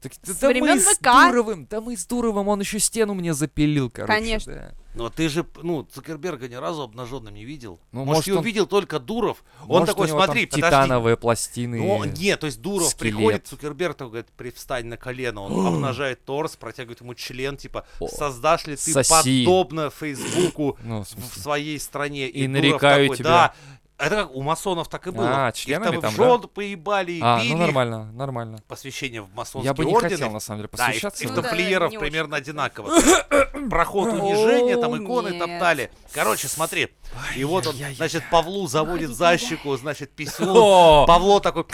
Speaker 2: Так, да,
Speaker 4: С
Speaker 2: да мы
Speaker 4: времен
Speaker 2: с
Speaker 4: ВК.
Speaker 2: Дуровым, да мы с Дуровым, он еще стену мне запилил, короче.
Speaker 4: Конечно.
Speaker 2: да.
Speaker 3: Ну а ты же, ну, Цукерберга ни разу обнаженным не видел.
Speaker 2: Ну,
Speaker 3: может,
Speaker 2: может,
Speaker 3: его
Speaker 2: он-
Speaker 3: видел только Дуров. Он
Speaker 2: Может,
Speaker 3: такой,
Speaker 2: у него там
Speaker 3: смотри, подожди.
Speaker 2: титановые пластины.
Speaker 3: Ну, нет, то есть Дуров
Speaker 2: скелет.
Speaker 3: приходит, Цукерберг такой говорит, привстань на колено,
Speaker 2: [gasps]
Speaker 3: он обнажает торс, протягивает ему член, типа,
Speaker 2: О,
Speaker 3: создашь ли ты
Speaker 2: соси.
Speaker 3: подобно Фейсбуку
Speaker 2: Ну, в
Speaker 3: в
Speaker 2: смысле.
Speaker 3: своей стране?
Speaker 2: И
Speaker 3: Дуров
Speaker 2: нарекаю
Speaker 3: такой,
Speaker 2: тебя.
Speaker 3: Да, Это как у масонов так и было.
Speaker 2: А,
Speaker 3: Их
Speaker 2: членами
Speaker 3: там, и
Speaker 2: там,
Speaker 3: в
Speaker 2: да?
Speaker 3: жопу поебали, и
Speaker 2: А,
Speaker 3: били.
Speaker 2: ну
Speaker 3: их.
Speaker 2: нормально, нормально.
Speaker 3: Посвящение в масонские
Speaker 2: Я бы не
Speaker 3: ордены.
Speaker 2: хотел, на самом деле,
Speaker 3: Да, и,
Speaker 2: посвящаться.
Speaker 3: и в
Speaker 2: но-
Speaker 1: Ну да,
Speaker 3: тамплиеров
Speaker 1: не очень
Speaker 3: примерно одинаково. Проход унижения, там
Speaker 1: О,
Speaker 3: иконы
Speaker 1: нет.
Speaker 3: топтали. Короче, смотри. И вот он,
Speaker 2: я-я-я.
Speaker 3: значит, Павлу заводит за щеку, значит, писюн.
Speaker 2: О,
Speaker 3: Павло такой...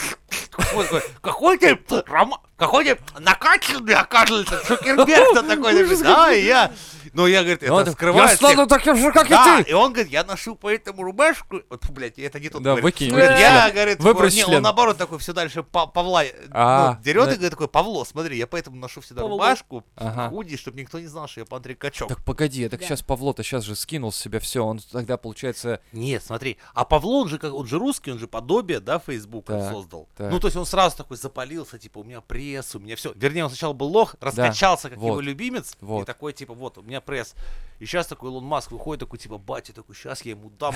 Speaker 3: Какой, такой, какой ты, Рома- какой ты накачанный, оказывается,
Speaker 2: [laughs]
Speaker 3: Цукерберг-то такой, говорит, да, и я. Но я, говорит,
Speaker 2: ну, да.
Speaker 3: это скрываю.
Speaker 2: Я
Speaker 3: от всех».
Speaker 2: стану таким же, как
Speaker 3: Да,
Speaker 2: и ты!
Speaker 3: и он говорит, я ношу по этому рубашку. Вот, фу, блядь, это не тот
Speaker 2: Да,
Speaker 3: говорит.
Speaker 2: выкинь,
Speaker 3: Говорит,
Speaker 2: выбрось
Speaker 3: Я,
Speaker 2: член.
Speaker 3: говорит, типа,
Speaker 2: Выбрось
Speaker 3: не, он
Speaker 2: член.
Speaker 3: наоборот такой все дальше па- Павла э,
Speaker 2: А,
Speaker 3: ну, дерет
Speaker 2: да.
Speaker 3: и говорит такой, Павло, смотри, я поэтому ношу всегда
Speaker 4: Павло.
Speaker 3: рубашку,
Speaker 2: Ага.
Speaker 3: худи, чтобы никто не знал, что я пантрик качок.
Speaker 2: Так погоди, так
Speaker 1: Да.
Speaker 2: сейчас Павло-то сейчас же скинул с себя все, он тогда получается...
Speaker 3: Нет, смотри, а Павло, он же как, он же русский, он же подобие, да, Фейсбука
Speaker 2: Так,
Speaker 3: создал.
Speaker 2: так.
Speaker 3: Ну, то есть он сразу такой запалился, типа, у меня пресс, у меня все. Вернее, он сначала был лох, раскачался, как его
Speaker 2: вот,
Speaker 3: любимец, и
Speaker 2: вот.
Speaker 3: такой, типа, вот, у меня пресс. И сейчас такой Илон Маск выходит, такой, типа, батя, такой, сейчас я ему дам.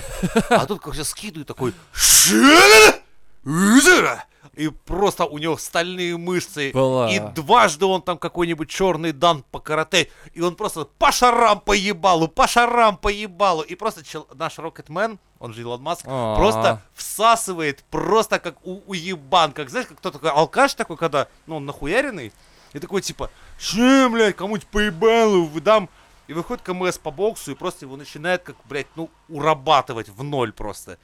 Speaker 3: А тут как сейчас скидывает, такой, и просто у него стальные мышцы.
Speaker 2: Была.
Speaker 3: И дважды он там какой-нибудь черный дан по карате. И он просто по шарам по ебалу, по шарам по ебалу. И просто чел- наш Рокетмен, он же Илон Маск,
Speaker 2: А.
Speaker 3: просто всасывает, просто как у- уебан. Как, знаешь, как кто такой алкаш такой, когда, ну, он нахуяренный. И такой, типа, че, блядь, кому-нибудь поебалу выдам. И выходит КМС по боксу и просто его начинает, как, блядь, ну, урабатывать в ноль просто.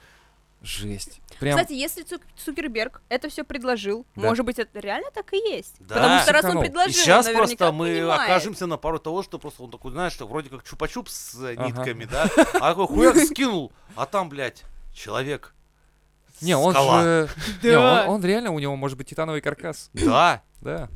Speaker 2: Жесть. Прям...
Speaker 4: Кстати, если Цук- Цукерберг это все предложил,
Speaker 2: Да.
Speaker 4: может быть, это реально так и есть.
Speaker 3: Да.
Speaker 4: Потому что раз он
Speaker 2: Сыканул. И
Speaker 4: предложил,
Speaker 3: И сейчас
Speaker 4: он наверняка
Speaker 3: просто мы
Speaker 4: понимает. [laughs]
Speaker 3: окажемся на пару того, что просто он такой, знаешь, что вроде как чупа-чуп с э,
Speaker 2: Ага.
Speaker 3: нитками,
Speaker 2: [laughs]
Speaker 3: да? А такой хуяк скинул, а там, блядь, человек.
Speaker 2: Не, он
Speaker 3: скала.
Speaker 2: же...
Speaker 4: [laughs]
Speaker 2: Не,
Speaker 4: Да.
Speaker 2: он, он реально, у него может быть титановый каркас.
Speaker 3: Да,
Speaker 2: Да.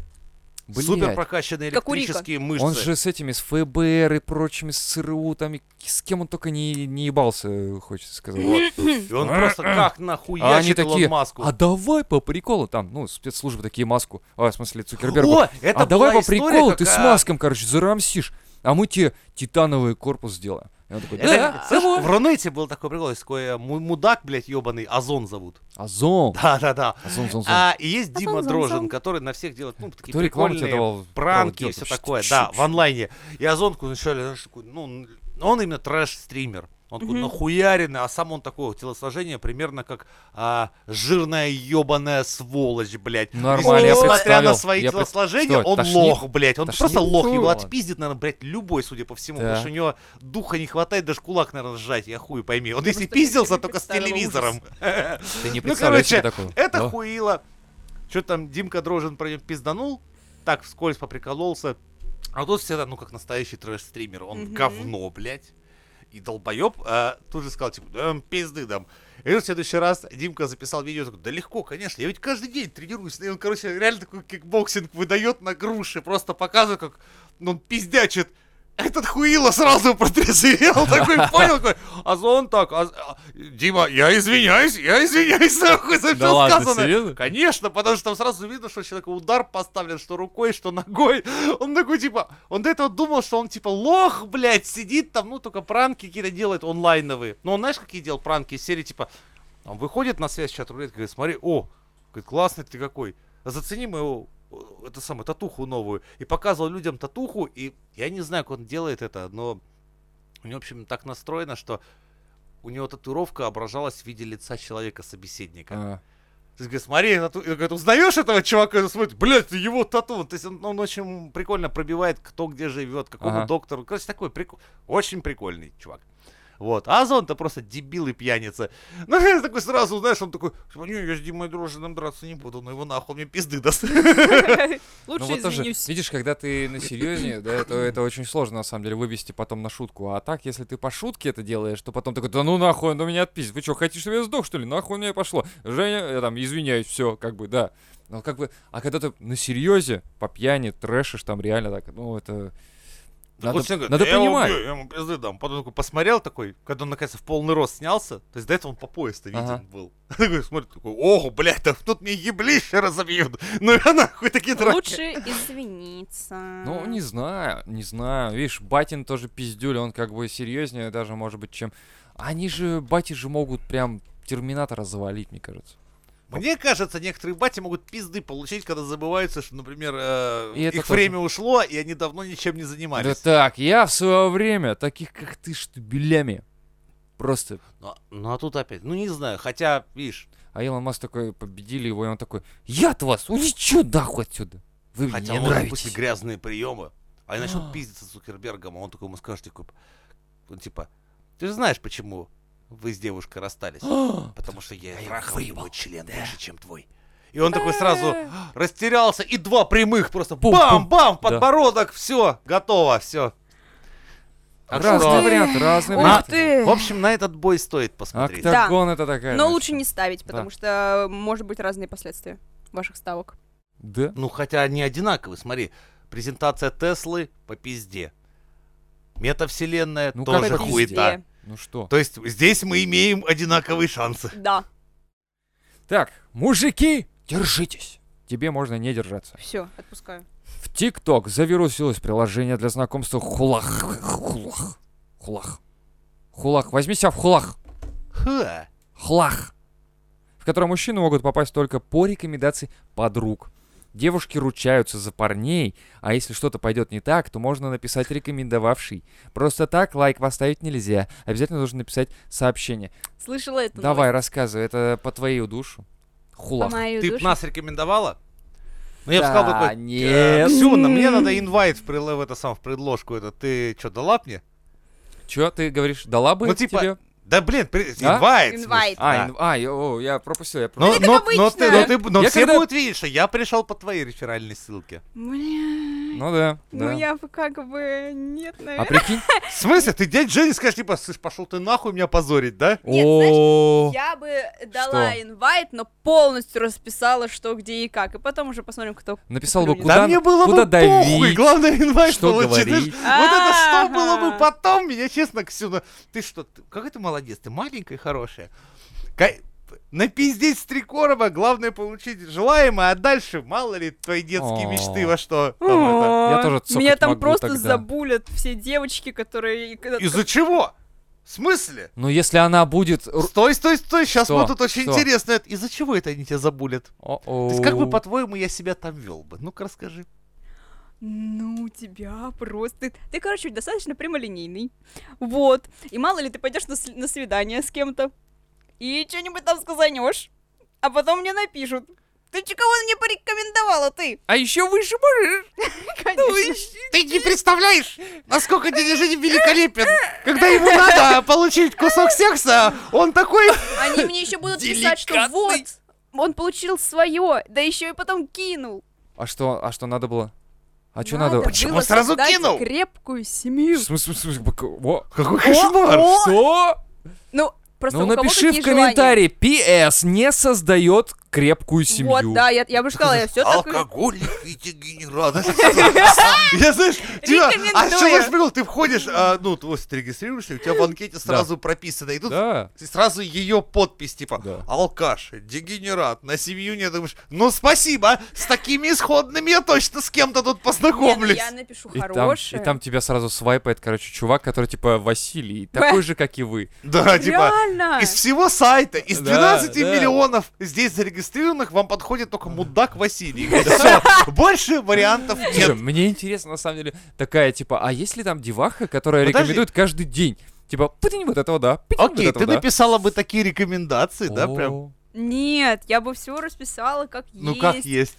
Speaker 2: [clears throat]
Speaker 3: супер
Speaker 2: Блядь.
Speaker 3: прокачанные
Speaker 4: Как у Рика.
Speaker 3: электрические мышцы.
Speaker 2: Он же с этими, с ФБР и прочими, с ЦРУ, там, и с кем он только не, не ебался, хочется сказать.
Speaker 3: [laughs] Вот.
Speaker 2: [clears throat]
Speaker 3: И он просто как
Speaker 2: А они
Speaker 3: нахуячит Илон
Speaker 2: такие,
Speaker 3: Маску.
Speaker 2: а давай по приколу, там, ну, спецслужбы такие маску, а, в смысле, Цукербергу.
Speaker 3: О, это
Speaker 2: а давай
Speaker 3: была
Speaker 2: по
Speaker 3: история,
Speaker 2: приколу, ты
Speaker 3: как,
Speaker 2: с
Speaker 3: а,
Speaker 2: маском, короче, зарамсишь, а мы тебе титановый корпус сделаем. И он такой,
Speaker 3: это-
Speaker 2: да,
Speaker 3: знаешь, в Рунете был такой прикол, есть такой э, му- мудак, блядь, ебаный, Озон зовут. [laughs]
Speaker 2: Озон,
Speaker 3: Да-да-да.
Speaker 2: озон, а зон, зон.
Speaker 3: А, и есть
Speaker 4: Озон,
Speaker 3: Дима
Speaker 4: Озон,
Speaker 3: Дрожин,
Speaker 4: Озон.
Speaker 3: который на всех делает, ну, такие
Speaker 2: Кто рекламу тебе
Speaker 3: прикольные
Speaker 2: давал?
Speaker 3: пранки и
Speaker 2: делать?
Speaker 3: все
Speaker 2: Что-
Speaker 3: такое,
Speaker 2: что-
Speaker 3: да,
Speaker 2: что-
Speaker 3: в онлайне. И Озонку вначале, знаешь, такой, ну, он- он именно трэш-стример. Он такой
Speaker 4: Мгм.
Speaker 3: нахуяренный, а сам он такого телосложения примерно как а, жирная ебаная сволочь, блядь.
Speaker 2: Нормально,
Speaker 3: И
Speaker 2: я
Speaker 3: Несмотря на
Speaker 2: представил.
Speaker 3: свои
Speaker 2: Я пред-
Speaker 3: телосложения,
Speaker 2: Что,
Speaker 3: он
Speaker 2: тошнит?
Speaker 3: лох, блядь. Он
Speaker 2: Тошнит?
Speaker 3: просто лох, его
Speaker 2: Ладно.
Speaker 3: отпиздит, наверное, блядь, любой, судя по всему.
Speaker 2: Да.
Speaker 3: Потому что у него духа не хватает, даже кулак, наверное, сжать, я хуй пойми. Он если
Speaker 4: просто
Speaker 3: пиздился,
Speaker 4: себе
Speaker 3: только с
Speaker 4: представила
Speaker 3: телевизором. [laughs]
Speaker 2: Ты не
Speaker 3: Ну,
Speaker 2: представляешь
Speaker 3: короче,
Speaker 2: себе такого.
Speaker 3: это
Speaker 2: Да.
Speaker 3: хуило. Что там Димка Дрожин про него пизданул, так вскользь поприкололся. А тут всегда, ну как настоящий трэш-стример, он
Speaker 4: Мгм.
Speaker 3: говно, блядь. И долбоеб тут же сказал, типа, да, м, пизды дам. И вот в следующий раз Димка записал видео, такой, да легко, конечно, я ведь каждый день тренируюсь. И он, короче, реально такой кикбоксинг выдает на груши, просто показывает, как ну, он пиздячит. Этот хуило сразу [laughs] протрезвел, такой понял, такой, а он так, «Аз- а, Дима, я извиняюсь, я извиняюсь, [laughs] нахуй,
Speaker 2: Да
Speaker 3: за всё
Speaker 2: ладно,
Speaker 3: сказанное».
Speaker 2: серьезно?
Speaker 3: Конечно, потому что там сразу видно, что человек удар поставлен, что рукой, что ногой. Он такой, типа, он до этого думал, что он, типа, лох, блядь, сидит там, ну, только пранки какие-то делает онлайновые. Но он, знаешь, какие делал пранки из серии, типа, он выходит на связь чат рулетки, говорит, смотри, о, говорит, классный ты какой. А Зацени мою э, это самое, татуху новую. И показывал людям татуху, и я не знаю, как он делает это, но у него, в общем, так настроено, что у него татуировка ображалась в виде лица человека-собеседника.
Speaker 2: А,
Speaker 3: То есть, говорит, смотри, тату- и говорит, узнаешь этого чувака? И он смотрит, блядь, это его тату. То есть он, он очень прикольно пробивает, кто где живет, какому
Speaker 2: Ага.
Speaker 3: доктору. Короче, такой прик- очень прикольный чувак. Вот. А Озон-то просто дебил и пьяница. [laughs] Ну, я такой сразу, знаешь, он такой, типа, не, я с Димой Дрожжиным драться не буду, но его нахуй мне пизды даст. [laughs]
Speaker 2: ну
Speaker 4: Лучше
Speaker 2: вот тоже,
Speaker 4: извинюсь.
Speaker 2: видишь, когда ты на
Speaker 4: [coughs]
Speaker 2: серьезе, да, то это очень сложно, на самом деле, вывести потом на шутку. А так, если ты по шутке это делаешь, то потом такой, да ну нахуй, он на меня отпиздит. Вы что, хотите, чтобы я сдох, что ли? Нахуй мне пошло. Женя, я там, извиняюсь, все, как бы, да. Ну, как бы, а когда ты на серьезе, по пьяни, трэшишь, там реально так, ну, это...
Speaker 3: Так
Speaker 2: Надо,
Speaker 3: вот всем говорят,
Speaker 2: надо
Speaker 3: «Да я его
Speaker 2: понимать.
Speaker 3: убью, я ему пизды дам. Потом такой посмотрел такой, когда он, наконец, в полный рост снялся, то есть до этого он по пояс-то виден
Speaker 2: Ага.
Speaker 3: был. [laughs] Такой смотрит, такой, ого, блядь, да тут мне еблище разобьют. [laughs] Ну я нахуй такие драки.
Speaker 4: Лучше извиниться.
Speaker 2: Ну, не знаю, не знаю. Видишь, Батин тоже пиздюль, он как бы серьезнее даже, может быть, чем... Они же, бати же могут прям Терминатора завалить, мне кажется.
Speaker 3: Мне кажется, некоторые бати могут пизды получить, когда забываются, что, например, э,
Speaker 2: И это
Speaker 3: их
Speaker 2: тоже.
Speaker 3: время ушло, и они давно ничем не
Speaker 2: Да
Speaker 3: занимались.
Speaker 2: так, я в свое время таких, как ты, штабелями Просто.
Speaker 3: Ну, а- ну, а тут опять, ну не знаю, хотя, видишь,
Speaker 2: А Илон Маск такой, победили его, и он такой, я от вас, улечу нахуй отсюда. Вы мне
Speaker 3: хотя
Speaker 2: не
Speaker 3: он
Speaker 2: нравитесь.
Speaker 3: запустит грязные приемы, а они начнут пиздиться с Цукербергом, а он такой ему скажет, типа, он типа, ты же знаешь, почему вы с девушкой расстались?
Speaker 2: А,
Speaker 3: Потому что я трахал его член больше, чем твой. И он такой сразу растерялся, и два прямых просто
Speaker 2: Пум, пум.
Speaker 3: бам-бам,
Speaker 2: Да.
Speaker 3: подбородок, все, готово, все.
Speaker 2: [gasps] А Разные варианты, разные
Speaker 4: Ух
Speaker 2: варианты.
Speaker 4: ты!
Speaker 3: В общем, на этот бой стоит посмотреть.
Speaker 2: Октагон это такая.
Speaker 4: Но
Speaker 2: значит.
Speaker 4: лучше не ставить, потому
Speaker 2: Да.
Speaker 4: что может быть разные последствия ваших ставок.
Speaker 2: Да?
Speaker 3: Ну, хотя они одинаковые, смотри. Презентация Теслы по пизде. Метавселенная
Speaker 2: Ну,
Speaker 3: тоже
Speaker 2: как по
Speaker 3: хуета.
Speaker 4: Везде.
Speaker 2: Ну что?
Speaker 3: То есть здесь мы имеем одинаковые шансы.
Speaker 4: Да,
Speaker 2: Так, мужики, держитесь. Тебе можно не держаться.
Speaker 4: все, отпускаю.
Speaker 2: В ТикТок завирусилось приложение для знакомства хулах. Хулах. Хулах. Хулах. Возьми себя в хулах.
Speaker 3: Ха.
Speaker 2: Хлах, в который мужчины могут попасть только по рекомендации подруг. Девушки ручаются за парней, а если что-то пойдет не так, то можно написать рекомендовавший. Просто так лайк поставить нельзя. Обязательно нужно написать сообщение.
Speaker 4: Слышала это?
Speaker 2: Давай, рассказывай, это по твою душу. Хулах.
Speaker 3: Ты б нас рекомендовала? Ну, я бы
Speaker 2: Да,
Speaker 3: сказал такой,
Speaker 2: нет.
Speaker 3: Сюна, мне надо инвайт в, прил- в это сам, в предложку. Это ты что, дала мне?
Speaker 2: Че ты говоришь, дала бы
Speaker 3: Ну, типа,
Speaker 2: тебе?
Speaker 3: Да, блин, при-
Speaker 2: А?
Speaker 3: инвайт. в смысле.
Speaker 4: Инвайт.
Speaker 2: А,
Speaker 3: Да.
Speaker 2: ин- а, я, о, я пропустил, я пропустил.
Speaker 3: Но,
Speaker 4: как
Speaker 3: но- но ты, но,
Speaker 4: обычно.
Speaker 3: ты, но
Speaker 2: Я
Speaker 3: все
Speaker 2: когда-
Speaker 3: будут видеть, что я пришел по твоей реферальной ссылке.
Speaker 4: Бля.
Speaker 2: Ну да, да.
Speaker 4: Ну я бы как бы нет,
Speaker 2: А
Speaker 4: наверное.
Speaker 2: прикинь?
Speaker 3: В смысле? Ты дядь Жене скажешь, типа, слышь, пошел ты нахуй меня позорить, да?
Speaker 4: [laughs] Нет,
Speaker 2: О,
Speaker 4: Я бы дала
Speaker 2: Что?
Speaker 4: инвайт, но полностью расписала, что, где и как. И потом уже посмотрим, кто...
Speaker 2: Написал бы
Speaker 4: Да
Speaker 2: куда,
Speaker 3: да мне было
Speaker 2: куда
Speaker 3: бы похуй,
Speaker 2: давить.
Speaker 3: главное [laughs] инвайт
Speaker 2: что
Speaker 3: получить.
Speaker 2: говорить.
Speaker 3: Вот это что
Speaker 4: Ага.
Speaker 3: было бы потом, меня честно, Ксюна. Ты что, ты- какой ты молодец, ты маленькая и хорошая. Кай- Напиздеть с три короба, главное получить желаемое, а дальше мало ли твои
Speaker 2: О.
Speaker 3: детские мечты во что. там это.
Speaker 2: Я тоже цокать
Speaker 4: Меня там
Speaker 2: могу
Speaker 4: просто
Speaker 2: тогда.
Speaker 4: забулят все девочки, которые...
Speaker 3: Из-за чего? В смысле?
Speaker 2: Ну, если она будет... р-
Speaker 3: Стой, стой, стой, сейчас
Speaker 2: Что?
Speaker 3: вот тут очень
Speaker 2: Что?
Speaker 3: интересно. это. Из-за чего это они тебя забулят?
Speaker 2: О-о.
Speaker 3: То есть как бы, по-твоему, я себя там вел бы? Ну-ка расскажи.
Speaker 4: Ну, тебя просто... Ты, короче, достаточно прямолинейный. Вот. И мало ли, ты пойдешь на, с- на свидание с кем-то и что-нибудь там сказанешь, а потом мне напишут. Ты че, кого мне порекомендовала ты? Ну
Speaker 2: А еще выше можешь?
Speaker 4: [laughs] Конечно.
Speaker 3: Ты не представляешь, насколько дядя Женя великолепен. Когда ему надо получить кусок секса, он такой...
Speaker 4: Они мне еще будут писать, что вот, он получил свое, да еще и потом кинул.
Speaker 2: А что, а что надо было? А что надо?
Speaker 4: было
Speaker 3: Почему сразу
Speaker 4: создать
Speaker 3: кинул?
Speaker 4: крепкую
Speaker 2: В
Speaker 4: семью.
Speaker 2: смысле, в смысле, бок-
Speaker 3: [laughs]
Speaker 2: во-
Speaker 3: Какой
Speaker 4: О,
Speaker 2: Что?
Speaker 4: Ну, просто
Speaker 2: Ну
Speaker 4: у кого
Speaker 2: напиши в
Speaker 4: какие желания.
Speaker 2: комментарии, PS не создает крепкую семью.
Speaker 4: Вот, да, я, я бы сказала, я все так... [laughs]
Speaker 3: Алкоголик и дегенерат. Я знаешь, тебя, а
Speaker 4: Рекомендую.
Speaker 3: что знаешь, прикол, ты входишь, а, ну, то есть ты регистрируешься, у тебя в анкете сразу прописано, и тут
Speaker 2: Да.
Speaker 3: сразу ее подпись, типа,
Speaker 2: Да.
Speaker 3: алкаш, дегенерат, на семью не думаешь, ну, спасибо, с такими исходными я точно с кем-то тут
Speaker 4: Не, ну
Speaker 3: познакомлюсь.
Speaker 4: я напишу
Speaker 2: И там, и
Speaker 4: хорошее.
Speaker 2: там тебя сразу свайпает, короче, чувак, который типа Василий, такой же, как и вы.
Speaker 3: Да, [laughs] типа,
Speaker 4: Реально.
Speaker 3: Из всего сайта, из
Speaker 2: Да,
Speaker 3: 12
Speaker 2: да.
Speaker 3: миллионов здесь зарегистрированных, вам подходит только мудак Василий. Все, больше вариантов
Speaker 2: Слушай,
Speaker 3: нет.
Speaker 2: мне интересно, на самом деле, такая, типа, а есть ли там деваха, которая
Speaker 3: Подожди.
Speaker 2: рекомендует каждый день? Типа, пытни вот этого, да, пытни а вот
Speaker 3: Окей,
Speaker 2: этого,
Speaker 3: ты
Speaker 2: да.
Speaker 3: написала бы такие рекомендации, да,
Speaker 2: О,
Speaker 3: прям?
Speaker 4: Нет, я бы все расписала как
Speaker 3: Ну
Speaker 4: есть.
Speaker 3: как есть.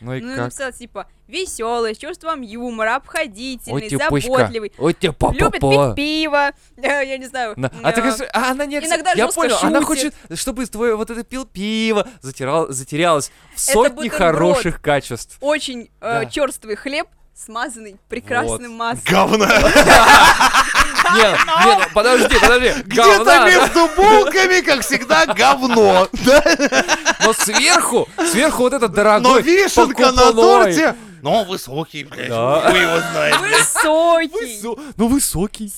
Speaker 2: Ну и
Speaker 4: Ну,
Speaker 2: как?
Speaker 4: написала, типа, веселый, с чувством юмора, обходительный,
Speaker 2: Ой, тебе пышка.
Speaker 4: заботливый,
Speaker 2: Ой, тебе папа.
Speaker 4: любит пить пиво, [laughs] э, я не знаю.
Speaker 2: На- А, ты
Speaker 4: э,
Speaker 2: говоришь, а она не...
Speaker 4: иногда
Speaker 2: Я
Speaker 4: жестко
Speaker 2: понял, она хочет,
Speaker 4: шутит.
Speaker 2: чтобы твое вот это пил пиво, затерял, затерялось в
Speaker 4: Это
Speaker 2: сотни
Speaker 4: бутерброд.
Speaker 2: хороших качеств.
Speaker 4: Очень
Speaker 2: Да.
Speaker 4: черствый хлеб, смазанный прекрасным маслом.
Speaker 2: [laughs]
Speaker 3: Говно.
Speaker 4: А,
Speaker 2: Нет, нет, ну, подожди, подожди.
Speaker 3: Где-то
Speaker 2: говна,
Speaker 3: между булками, как всегда, говно. Да?
Speaker 2: Но сверху, сверху вот это
Speaker 3: Но
Speaker 2: дорогой
Speaker 3: вишенка на
Speaker 2: покупной.
Speaker 3: торте. Но высокий, блядь,
Speaker 2: Да.
Speaker 3: вы его знаете.
Speaker 4: Высокий,
Speaker 2: Высо- Ну, высокий.
Speaker 3: Знаешь,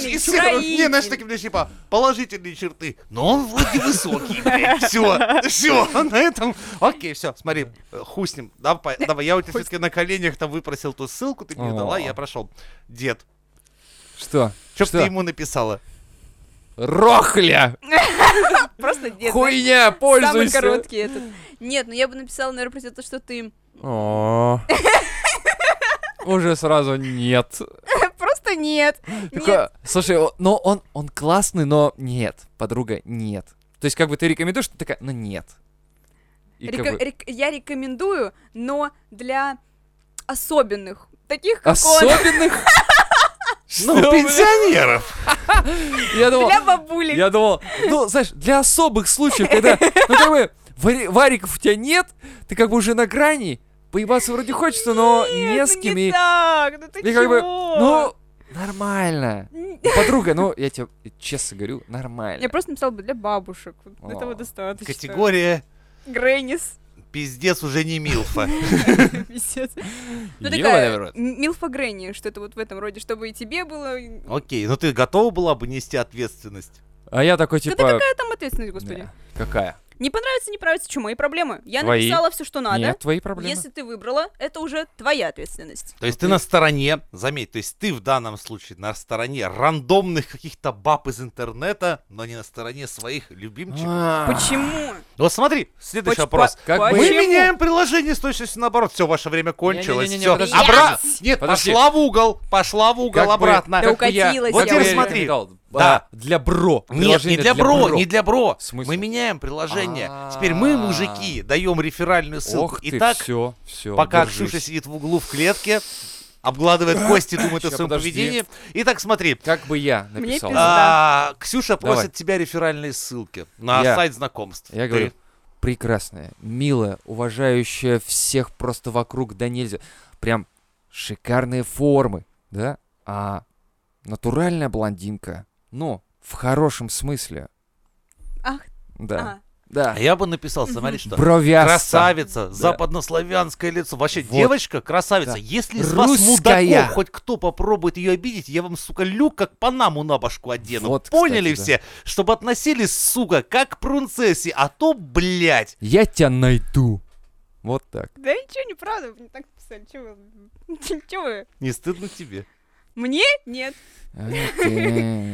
Speaker 4: сильный,
Speaker 3: из всех, не, знаешь,
Speaker 4: строитель.
Speaker 3: такие, блядь, типа, положительные черты. Но он вроде высокий, блядь. Все, все, на этом. Окей, все, смотри, э, хуй с ним. Давай, давай, я у тебя все-таки на коленях там выпросил ту ссылку, ты мне
Speaker 2: О.
Speaker 3: дала, я прошел. Дед,
Speaker 2: Что?
Speaker 3: что б
Speaker 2: Что?
Speaker 3: ты ему написала?
Speaker 2: Рохля!
Speaker 4: Просто дед. знаешь,
Speaker 2: Хуйня,
Speaker 4: Самый
Speaker 2: пользуйся!
Speaker 4: короткий этот. Нет, ну я бы написала, наверное, просто то, что ты [laughs]
Speaker 2: О. Уже сразу нет.
Speaker 4: просто просто нет.
Speaker 2: Такое, Слушай, о- но он, он классный, но нет, подруга, нет. То есть как бы ты рекомендуешь, ты такая, ну нет. И как
Speaker 4: Река-
Speaker 2: бы-
Speaker 4: рек- Я рекомендую, но для особенных. Таких, как он.
Speaker 2: Особенных?
Speaker 3: Ну,
Speaker 2: Что, блин?
Speaker 3: пенсионеров.
Speaker 2: Я думал,
Speaker 4: Для бабулек.
Speaker 2: я думал, ну, знаешь, для особых случаев, когда, ну, как бы, вари- вариков у тебя нет, ты как бы уже на грани, поебаться вроде хочется, но не
Speaker 4: Нет,
Speaker 2: с
Speaker 4: ну
Speaker 2: кем,
Speaker 4: не
Speaker 2: и,
Speaker 4: так, ну ты
Speaker 2: и как бы,
Speaker 4: чего?
Speaker 2: ну, нормально.
Speaker 4: Н-
Speaker 2: Подруга, ну, я тебе честно говорю,
Speaker 4: Я
Speaker 2: нормально.
Speaker 4: просто написала бы для бабушек. Вот Этого
Speaker 2: ну, О,
Speaker 4: достаточно.
Speaker 3: Категория
Speaker 4: Грэнис.
Speaker 3: пиздец уже не Милфа.
Speaker 4: [laughs] Пиздец. Ну
Speaker 2: Ёбаный в
Speaker 4: такая
Speaker 2: рот.
Speaker 4: м- милфа Грэнни, что-то вот в этом роде, чтобы и тебе было. и-
Speaker 3: Окей, ну ты готова была бы нести ответственность?
Speaker 2: А я такой,
Speaker 4: Да Ну, ты
Speaker 2: типа...
Speaker 4: какая там ответственность, господи.
Speaker 2: «Да, Какая?
Speaker 4: Не понравится, не понравится, что мои проблемы. Я
Speaker 2: Твои.
Speaker 4: написала все, что надо.
Speaker 2: Нет, твои проблемы.
Speaker 4: Если ты выбрала, это уже твоя ответственность.
Speaker 3: То
Speaker 2: А
Speaker 3: есть ты на стороне, заметь, то есть ты в данном случае на стороне рандомных каких-то баб из интернета, но не на стороне своих любимчиков.
Speaker 2: А.
Speaker 4: Почему?
Speaker 3: Ну вот смотри, следующий
Speaker 4: Поч-
Speaker 3: вопрос.
Speaker 2: Как
Speaker 4: Почему?
Speaker 2: бы-
Speaker 3: Мы меняем приложение с точностью наоборот. Все, ваше время кончилось.
Speaker 2: Не-не-не-не,
Speaker 3: всё.
Speaker 2: подожди.
Speaker 3: Обра-
Speaker 2: Блядь!
Speaker 3: Нет,
Speaker 2: Подожди.
Speaker 3: пошла в угол, пошла в угол
Speaker 2: Как бы-
Speaker 3: обратно.
Speaker 4: Да
Speaker 2: как бы я-
Speaker 4: укатилась
Speaker 2: вот
Speaker 3: я
Speaker 2: теперь
Speaker 3: уже.
Speaker 2: смотри. Да.
Speaker 3: Да.
Speaker 2: Для бро.
Speaker 3: Нет, не
Speaker 2: Приложение
Speaker 3: для бро, не для бро.
Speaker 2: В смысле? А.
Speaker 3: Мы меняем приложение. Теперь мы, мужики, даем реферальную ссылку.
Speaker 2: Ох ты,
Speaker 3: Итак,
Speaker 2: все, все.
Speaker 3: пока Ксюша сидит в углу в клетке, обгладывает кости, думает о
Speaker 2: А, Ща,
Speaker 3: своем
Speaker 2: подожди.
Speaker 3: поведении. Итак, смотри.
Speaker 2: Как бы я
Speaker 4: Мне
Speaker 2: написал.
Speaker 4: пизда.
Speaker 3: а, Ксюша
Speaker 2: Давай.
Speaker 3: просит тебя реферальные ссылки на
Speaker 2: Я.
Speaker 3: сайт знакомств.
Speaker 2: Я
Speaker 3: Ты.
Speaker 2: говорю, прекрасная, милая, уважающая всех просто вокруг, да нельзя. Прям шикарные формы, да? А натуральная блондинка, ну, в хорошем смысле.
Speaker 4: Ах,
Speaker 2: Да,
Speaker 4: а.
Speaker 2: да.
Speaker 3: А я бы написал, смотри, что.
Speaker 2: Бровяста.
Speaker 3: Красавица, западнославянское лицо. Вообще,
Speaker 2: Вот.
Speaker 3: девочка, красавица.
Speaker 2: Да.
Speaker 3: Если из вас
Speaker 2: Русская.
Speaker 3: мудаков хоть кто попробует ее обидеть, я вам, сука, люк как панаму на башку одену.
Speaker 2: Вот, кстати,
Speaker 3: Поняли
Speaker 2: да.
Speaker 3: все? Чтобы относились, сука, как к принцессе. А то, блядь.
Speaker 2: Я тебя найду. Вот так.
Speaker 4: Да ничего, неправда, вы мне так написали. Чего вы? [laughs] Чего вы?
Speaker 3: Не стыдно тебе?
Speaker 4: Мне? Нет.
Speaker 2: А, Окей. ну э,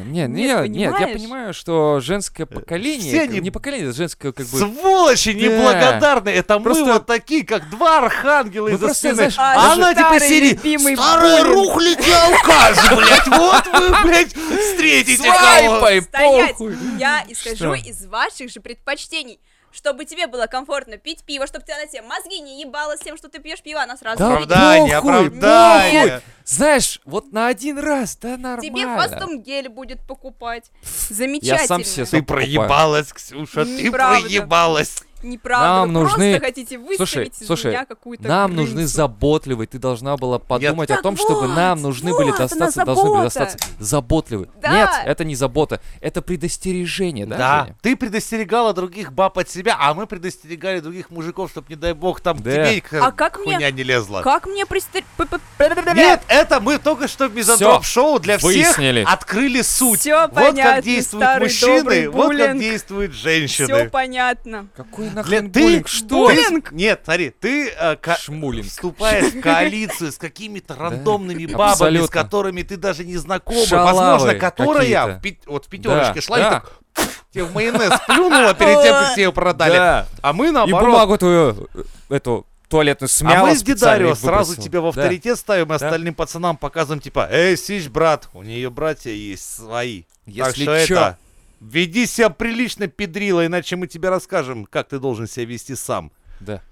Speaker 2: Не,
Speaker 4: Нет,
Speaker 2: не, нет, я
Speaker 4: понимаешь?
Speaker 2: понимаю, что женское поколение,
Speaker 3: Э, все
Speaker 2: как-
Speaker 3: они-
Speaker 2: не поколение, а женское как бы...
Speaker 3: Сволочи неблагодарные. Это
Speaker 2: Просто-
Speaker 3: мы вот такие, как два архангела
Speaker 2: Ну,
Speaker 3: из-за
Speaker 2: просто,
Speaker 3: спины.
Speaker 2: знаешь,
Speaker 4: А
Speaker 3: А она типа
Speaker 4: старый
Speaker 3: сидит,
Speaker 4: любимый
Speaker 3: Старый
Speaker 4: Бунин».
Speaker 3: рухлядь и алкаш, блядь. Вот вы, блядь, встретите кого.
Speaker 2: Свайпай,
Speaker 4: Стоять!
Speaker 2: похуй!
Speaker 4: Я исхожу
Speaker 2: Что?
Speaker 4: из ваших же предпочтений. Чтобы тебе было комфортно пить пиво, чтобы она тебе мозги не ебала с тем, что ты пьешь пиво, она сразу...
Speaker 2: Да
Speaker 4: говорит,
Speaker 3: Оправдание,
Speaker 2: похуй,
Speaker 3: оправдание.
Speaker 2: похуй. Знаешь, вот на один раз, да нормально.
Speaker 4: Тебе кастом гель будет покупать. Замечательно.
Speaker 2: Я сам все
Speaker 3: Ты
Speaker 2: сам покупаю.
Speaker 3: проебалась, Ксюша, ты
Speaker 4: Неправда.
Speaker 3: проебалась.
Speaker 4: Неправда,
Speaker 2: Нам
Speaker 4: вы
Speaker 2: нужны-
Speaker 4: просто хотите выставить
Speaker 2: Слушай,
Speaker 4: из
Speaker 2: слушай,
Speaker 4: меня какую-то
Speaker 2: Нам
Speaker 4: крысу.
Speaker 2: нужны заботливые. Ты должна была подумать о
Speaker 4: Так
Speaker 2: том, чтобы
Speaker 4: вот,
Speaker 2: нам нужны были
Speaker 4: вот она,
Speaker 2: достаться, должны были
Speaker 4: забота.
Speaker 2: достаться заботливые.
Speaker 4: Да.
Speaker 2: Нет, это не забота, это предостережение, да? Женя?
Speaker 3: ты предостерегала других баб от себя, а мы предостерегали других мужиков, чтобы, не дай бог, там к
Speaker 2: Да.
Speaker 3: тебе к-
Speaker 4: А как мне-
Speaker 3: хуйня не лезла.
Speaker 4: Как мне пристр...
Speaker 3: Нет, это мы только что в мизантроп-шоу для всех
Speaker 2: выяснили.
Speaker 3: открыли суть.
Speaker 4: Всё
Speaker 3: вот
Speaker 4: понятно,
Speaker 3: как действуют
Speaker 4: старый добрый
Speaker 3: мужчины, вот как
Speaker 4: буллинг.
Speaker 3: действуют
Speaker 4: Все
Speaker 3: женщины.
Speaker 4: понятно.
Speaker 2: Какой
Speaker 3: Для-
Speaker 2: нахрен
Speaker 3: ты-
Speaker 2: буллинг? Что?
Speaker 3: ты-
Speaker 2: это?
Speaker 3: Нет, смотри, ты э, ка-
Speaker 2: Шмулинг.
Speaker 3: вступаешь в коалицию с какими-то рандомными
Speaker 2: Да,
Speaker 3: бабами, с
Speaker 2: абсолютно.
Speaker 3: которыми ты даже не знакома,
Speaker 2: Шалавы
Speaker 3: возможно, которая
Speaker 2: какие-то.
Speaker 3: в пи- вот в пятерочке
Speaker 2: Да,
Speaker 3: шла и
Speaker 2: да.
Speaker 3: так [laughs] пф, тебе в майонез плюнула перед тем, как тебе ее продали.
Speaker 2: Да.
Speaker 3: А мы
Speaker 2: И
Speaker 3: наоборот.
Speaker 2: бумагу твою, э, эту туалетную
Speaker 3: А
Speaker 2: смяла
Speaker 3: мы с
Speaker 2: специально
Speaker 3: Дидарио
Speaker 2: и
Speaker 3: сразу
Speaker 2: выбросила.
Speaker 3: тебя в
Speaker 2: Да.
Speaker 3: авторитет ставим, и остальным пацанам показываем, типа, эй, сич, брат, у нее братья есть свои. так
Speaker 2: Если
Speaker 3: что
Speaker 2: чё.
Speaker 3: это, веди себя прилично, педрила, иначе мы тебе расскажем, как ты должен себя вести сам.
Speaker 2: Да.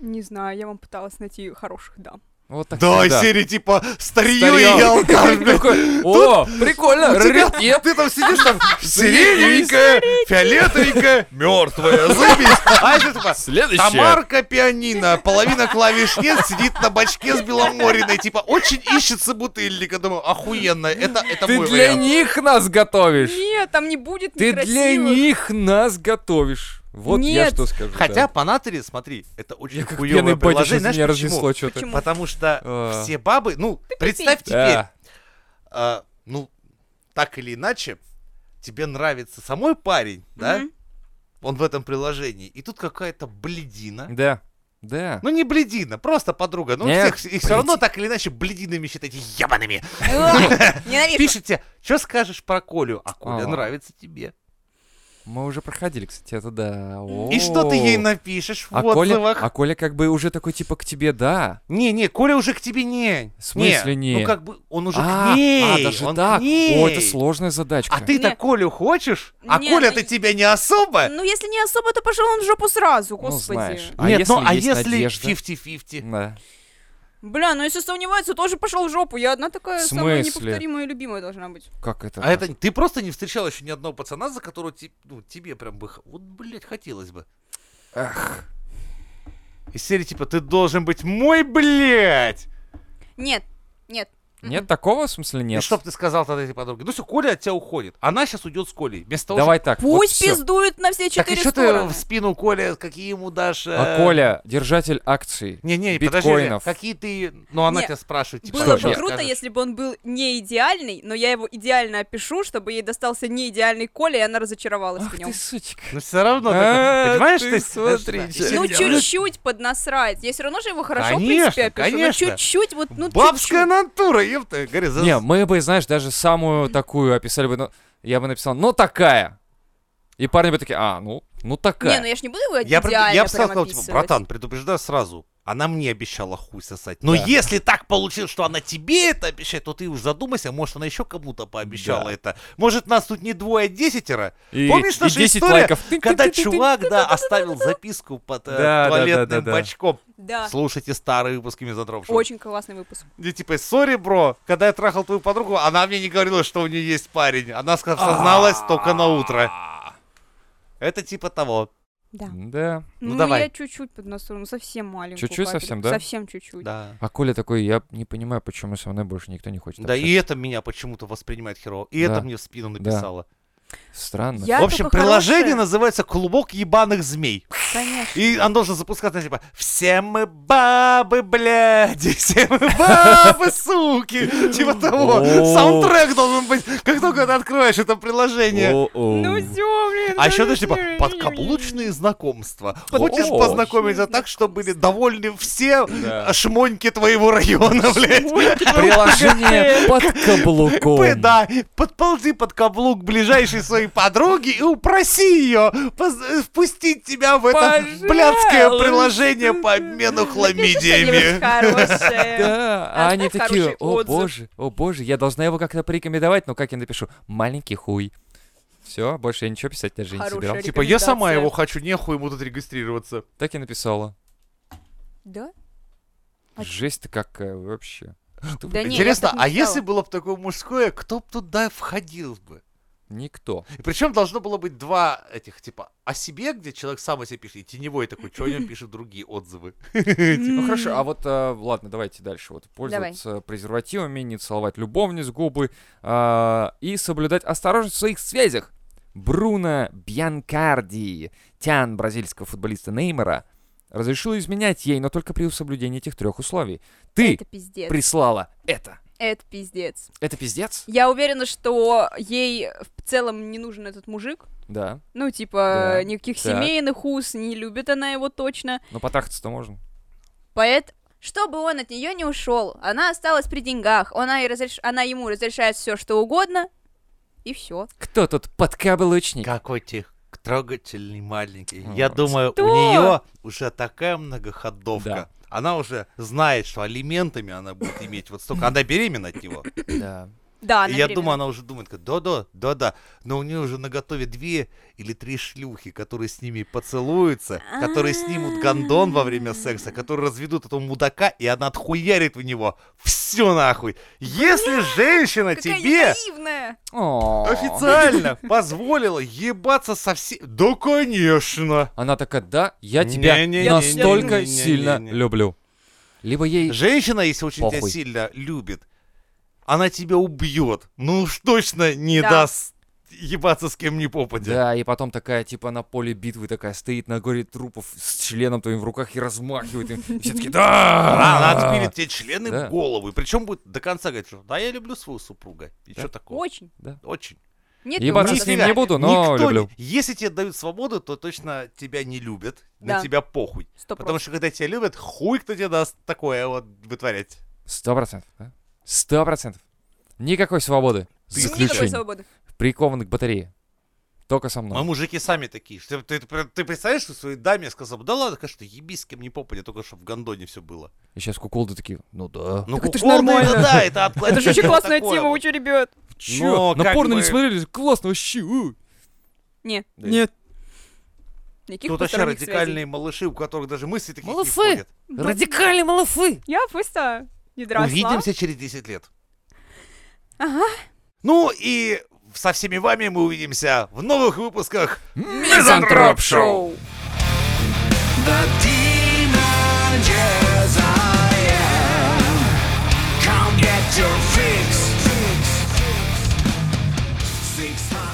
Speaker 4: Не знаю, я вам пыталась найти хороших дам.
Speaker 2: Вот так
Speaker 3: Да,
Speaker 2: всегда.
Speaker 3: серии типа старье
Speaker 2: Старьё. [laughs]
Speaker 3: и алкаш, [laughs] блядь.
Speaker 2: Такой, О, прикольно,
Speaker 3: У тебя-
Speaker 2: раритет.
Speaker 3: [laughs] Ты там сидишь там сиреневенькая, фиолетовенькая, [laughs] мертвая, заебись. А это типа
Speaker 2: Следующее.
Speaker 3: Тамарка пианино, половина клавиш нет, сидит на бачке с беломориной, типа очень ищется бутыльника. Думаю, охуенно, это, это
Speaker 2: Ты
Speaker 3: мой
Speaker 2: для
Speaker 3: вариант.
Speaker 2: них нас готовишь.
Speaker 4: Нет, там не будет
Speaker 2: Ты для
Speaker 4: некрасивых.
Speaker 2: них нас готовишь. Вот я
Speaker 4: Нет.
Speaker 2: что скажу. да.
Speaker 3: Хотя по натуре, смотри, это очень
Speaker 2: я как
Speaker 3: хуёвое
Speaker 2: пьяный батя
Speaker 3: приложение.
Speaker 2: сейчас
Speaker 3: Знаешь
Speaker 2: меня
Speaker 3: почему?
Speaker 2: разнесло что-то.
Speaker 4: Почему?
Speaker 3: Потому что
Speaker 2: А.
Speaker 3: все бабы, ну, представь теперь,
Speaker 2: Да.
Speaker 3: а, ну, так или иначе, тебе нравится самой парень, да? [laughs]
Speaker 4: Мгм.
Speaker 3: Он в этом приложении. И тут какая-то бледина.
Speaker 2: Да. Да.
Speaker 3: Ну, не бледина, просто подруга. Ну,
Speaker 2: Нет,
Speaker 3: всех, их все равно
Speaker 2: бледи-
Speaker 3: так или иначе блединами считаете, ебаными.
Speaker 4: Эх, Ненавижу.
Speaker 3: Пишите, что скажешь про Колю? А Коля
Speaker 2: А.
Speaker 3: нравится тебе.
Speaker 2: Мы уже проходили, кстати, это да.
Speaker 3: И что ты ей
Speaker 2: О.
Speaker 3: напишешь в
Speaker 2: а Коля,
Speaker 3: отзывах?
Speaker 2: а Коля как бы уже такой, типа, к тебе, да.
Speaker 3: Не-не, Коля уже к тебе не.
Speaker 2: В смысле не?
Speaker 3: Ну как бы он уже
Speaker 2: а,
Speaker 3: к ней.
Speaker 2: а, даже
Speaker 3: он
Speaker 2: так?
Speaker 3: К ней.
Speaker 2: О, это сложная задачка.
Speaker 3: А ты-то
Speaker 4: Не.
Speaker 3: Колю хочешь? А
Speaker 4: Не,
Speaker 3: Коля-то
Speaker 4: ну-
Speaker 3: тебя не особо.
Speaker 4: Ну, если не особо, то пошел он в жопу сразу,
Speaker 2: Ну,
Speaker 4: господи.
Speaker 2: знаешь.
Speaker 3: Нет, ну а
Speaker 2: есть
Speaker 3: если
Speaker 2: надежда?
Speaker 3: 50-50?
Speaker 2: Да.
Speaker 4: Бля, ну если сомневается, тоже пошел в жопу. Я одна такая
Speaker 2: В
Speaker 4: самая
Speaker 2: смысле?
Speaker 4: неповторимая и любимая должна быть.
Speaker 2: Как это?
Speaker 3: А это ты просто не встречал еще ни одного пацана, за которого ти- ну, тебе прям бы... х- Вот, блядь, хотелось бы.
Speaker 2: Эх.
Speaker 3: Из серии типа «Ты должен быть мой, блядь!»
Speaker 4: Нет, нет. м-м.
Speaker 2: Нет такого, в смысле,
Speaker 3: И
Speaker 2: нет.
Speaker 3: что б ты сказал тогда этой подруге? Ну все, Коля от тебя уходит. Она сейчас уйдет с Колей. Вместо того,
Speaker 2: Давай так. вот
Speaker 4: Пусть
Speaker 2: всё.
Speaker 4: пиздует на все
Speaker 3: чтобы- Так и
Speaker 4: четыре
Speaker 3: что ты
Speaker 4: стороны.
Speaker 3: в спину Коля, какие ему дашь...
Speaker 2: А
Speaker 3: э,
Speaker 2: Коля, держатель акций.
Speaker 3: Не-не, подожди,
Speaker 2: биткоинов.
Speaker 3: какие ты... Ну, она
Speaker 4: Не,
Speaker 3: тебя спрашивает, типа...
Speaker 4: Было
Speaker 2: Что,
Speaker 4: бы
Speaker 2: нет.
Speaker 4: круто, если бы он был не идеальный, но я его идеально опишу, чтобы ей достался не идеальный Коля, и она разочаровалась
Speaker 2: Ах
Speaker 4: в нем.
Speaker 2: ты, сучка.
Speaker 3: Но все Ну, равно,
Speaker 2: А,
Speaker 3: такой, понимаешь,
Speaker 2: ты
Speaker 3: ты...
Speaker 2: смотри,
Speaker 3: [laughs] знаешь,
Speaker 2: чё.
Speaker 3: да,
Speaker 4: Ну,
Speaker 3: и-
Speaker 4: чуть-чуть поднасрать. Я все равно же его хорошо, в
Speaker 3: Конечно,
Speaker 4: принципе, опишу.
Speaker 3: конечно.
Speaker 4: Но чуть-чуть, вот, ну,
Speaker 3: Бабская
Speaker 4: чуть-чуть.
Speaker 3: натура, ёпта. Говорю, за...
Speaker 2: Не, мы бы, знаешь, даже самую такую описали бы. ну, я бы написал, ну такая. И парни бы такие, а, ну, ну
Speaker 4: Не, ну
Speaker 2: такая.
Speaker 4: я ж не буду его
Speaker 3: Я, пред-
Speaker 4: идеально
Speaker 3: я бы
Speaker 4: прям
Speaker 3: сказал, типа,
Speaker 4: описывать.
Speaker 3: братан, предупреждаю сразу. Она мне обещала хуй сосать. Но
Speaker 2: Да.
Speaker 3: если так получилось, что она тебе это обещает, то ты уж задумайся, может, она еще кому-то пообещала
Speaker 2: Да.
Speaker 3: это. Может, нас тут не двое, а десять
Speaker 2: И,
Speaker 3: помнишь
Speaker 2: и
Speaker 3: нашу
Speaker 2: 10
Speaker 3: историю,
Speaker 2: лайков. Тынь,
Speaker 3: Когда
Speaker 2: тынь, тынь, тынь.
Speaker 3: чувак, да, оставил записку под э,
Speaker 2: Да, да, да,
Speaker 3: туалетным
Speaker 2: да, да.
Speaker 3: бачком.
Speaker 4: Да,
Speaker 3: Слушайте старые выпуски Мизантропшоу.
Speaker 4: очень классный выпуск.
Speaker 3: И типа, сори, бро, когда я трахал твою подругу, она мне не говорила, что у нее есть парень. Она
Speaker 2: А.
Speaker 3: ска- созналась только на утро. Это типа того.
Speaker 4: Да.
Speaker 2: Да.
Speaker 3: Ну,
Speaker 4: Ну,
Speaker 3: давай.
Speaker 4: я чуть-чуть поднасру, ну, совсем маленькую
Speaker 2: Чуть-чуть
Speaker 4: капельку.
Speaker 2: совсем, да?
Speaker 4: Совсем чуть-чуть.
Speaker 3: Да.
Speaker 2: А Коля такой, я не понимаю, почему со мной больше никто не хочет.
Speaker 3: Да, и
Speaker 2: общаться».
Speaker 3: это меня почему-то воспринимает херово. И
Speaker 2: Да.
Speaker 3: это мне в спину написало.
Speaker 2: Странно.
Speaker 4: Я
Speaker 3: в общем,
Speaker 4: только
Speaker 3: приложение
Speaker 4: хорошая.
Speaker 3: называется «Клубок ебаных змей».
Speaker 4: Конечно.
Speaker 3: И он должен запускаться, типа, «Все мы бабы, блядь, [laughs] и все мы бабы, суки!» Типа того.
Speaker 2: О.
Speaker 3: Саундтрек должен быть, как только ты откроешь это приложение.
Speaker 2: О-о.
Speaker 4: Ну все, блин.
Speaker 3: А еще,
Speaker 4: ну,
Speaker 3: знаешь, типа,
Speaker 4: всё.
Speaker 3: подкаблучные знакомства. Хочешь
Speaker 2: О.
Speaker 3: познакомиться так, чтобы были довольны все
Speaker 2: Да.
Speaker 3: шмоньки твоего района, [laughs] блядь?
Speaker 2: Приложение под
Speaker 3: П-
Speaker 2: каблуком.
Speaker 3: Да, подползи под каблук ближайшей своей подруги и упроси ее впустить тебя в это
Speaker 2: Пожалуйста.
Speaker 3: блядское приложение по обмену
Speaker 4: Что-нибудь
Speaker 3: хламидиями.
Speaker 4: хорошее.
Speaker 2: Да, а они
Speaker 4: Оставь
Speaker 2: такие,
Speaker 4: хороший
Speaker 2: о
Speaker 4: отзыв».
Speaker 2: боже, о боже, я должна его как-то порекомендовать, но как я напишу? Маленький хуй. Все, больше я ничего писать даже не
Speaker 4: Хорошая
Speaker 2: собирался.
Speaker 4: Типа, я сама его
Speaker 3: хочу, нехуй ему тут регистрироваться.
Speaker 2: Так и написала.
Speaker 4: Да? А чё?
Speaker 2: Жесть-то какая вообще. Что
Speaker 4: Да
Speaker 2: вы-
Speaker 4: не,
Speaker 3: Интересно,
Speaker 4: я так не
Speaker 3: а если
Speaker 4: читала.
Speaker 3: было бы такое мужское, кто бы туда входил бы?
Speaker 2: Никто.
Speaker 3: И причем должно было быть два этих, типа, о себе, где человек сам о себе пишет, и теневой такой, что о нем пишут другие отзывы. типа,
Speaker 4: М-м.
Speaker 2: Ну хорошо, а вот а, ладно, давайте дальше. Вот пользоваться презервативами, не целовать любовниц губы а, и соблюдать осторожность в своих связях. Бруно Бьянкарди, тян бразильского футболиста Неймара, разрешил изменять ей, но только при соблюдении этих трех условий. Ты
Speaker 4: Это пиздец.
Speaker 2: прислала это.
Speaker 4: Это пиздец.
Speaker 2: Это пиздец?
Speaker 4: Я уверена, что ей в целом не нужен этот мужик.
Speaker 2: Да.
Speaker 4: Ну, типа,
Speaker 2: Да,
Speaker 4: никаких
Speaker 2: так.
Speaker 4: семейных уз, не любит она его точно.
Speaker 2: Но потрахаться-то можно.
Speaker 4: Поэт, чтобы он от нее не ушел, она осталась при деньгах. Она, и разреш... она ему разрешает все, что угодно, и все.
Speaker 2: Кто тут подкаблучник?
Speaker 3: Какой ты трогательный маленький.
Speaker 2: О,
Speaker 3: Я думаю, у
Speaker 4: что?
Speaker 3: нее уже такая многоходовка.
Speaker 2: Да.
Speaker 3: Она уже знает, что алиментами она будет иметь вот столько. Она беременна от него.
Speaker 2: Да.
Speaker 4: Да, она
Speaker 3: И я
Speaker 4: беременна.
Speaker 3: думаю, она уже думает, как, да-да, да-да. Но у нее уже на готове две или три шлюхи, которые с ними поцелуются, которые снимут гондон во время секса, которые разведут этого мудака, и она отхуярит у него. Все нахуй. Если женщина
Speaker 4: Какая я
Speaker 3: тебе...
Speaker 4: наивная!
Speaker 2: О.
Speaker 3: Официально позволила ебаться со всей... Да, конечно.
Speaker 2: Она такая, да, я тебя
Speaker 3: Не-не-не-не-не-не-не-не.
Speaker 2: настолько сильно люблю. Либо ей...
Speaker 3: Женщина, если очень тебя
Speaker 2: Похуй.
Speaker 3: сильно любит, она тебя убьет. Ну уж точно не
Speaker 4: Да.
Speaker 3: даст ебаться с кем ни попадя.
Speaker 2: Да, и потом такая, типа, на поле битвы такая стоит на горе трупов с членом твоим в руках и размахивает им. И все таки
Speaker 3: Она, она
Speaker 2: да!
Speaker 3: отпилит тебе члены
Speaker 2: Да.
Speaker 3: в голову. И причем будет до конца говорить, что да, я люблю своего супруга. И что такого?
Speaker 4: Очень.
Speaker 3: Очень.
Speaker 4: Нет,
Speaker 2: Ебаться
Speaker 4: ну,
Speaker 2: с ним
Speaker 4: да.
Speaker 2: не буду, но
Speaker 3: Никто не-
Speaker 2: люблю.
Speaker 3: Если тебе дают свободу, то точно тебя не любят. На
Speaker 4: Да.
Speaker 3: тебя похуй.
Speaker 4: Сто
Speaker 3: Потому
Speaker 4: процентов.
Speaker 3: что когда тебя любят, хуй кто тебе даст такое вот вытворять.
Speaker 2: Сто процентов. да? Сто процентов. Никакой свободы.
Speaker 3: Ты-
Speaker 4: Никакой
Speaker 2: Заключение.
Speaker 4: свободы.
Speaker 2: Прикован к батарее. Только
Speaker 4: Ну.
Speaker 2: со мной.
Speaker 3: А Мы мужики сами такие. Что Ты, ты- ты представляешь, что своей даме я сказал, бы, да ладно, конечно, ебись с кем не попадя, только чтобы в гондоне все было.
Speaker 2: И сейчас куколды такие, ну да.
Speaker 3: Ну,
Speaker 1: Так это ж
Speaker 3: кукуруза,
Speaker 1: нормально.
Speaker 3: да, это отклонение.
Speaker 4: [laughs] Это же очень классная
Speaker 3: Такое
Speaker 4: тема,
Speaker 3: вот.
Speaker 4: у чё, ребят.
Speaker 2: Чё,
Speaker 3: но
Speaker 2: «Ну, на
Speaker 3: как
Speaker 2: порно не
Speaker 3: бы-
Speaker 2: смотрели? Классно вообще. у.
Speaker 4: Не,
Speaker 2: Да.
Speaker 1: Нет.
Speaker 4: никаких
Speaker 3: Тут вообще
Speaker 4: посторонних
Speaker 3: радикальные
Speaker 4: связей.
Speaker 3: малыши, у которых даже мысли такие
Speaker 2: Малыши.
Speaker 3: не входят.
Speaker 2: Радикальные малыфы.
Speaker 4: Я просто не дросла.
Speaker 3: Увидимся через 10 лет.
Speaker 4: Ага.
Speaker 3: Ну и со всеми вами мы увидимся в новых выпусках
Speaker 2: Мизантроп шоу.
Speaker 5: The teenagers I am. Come get your fix. Six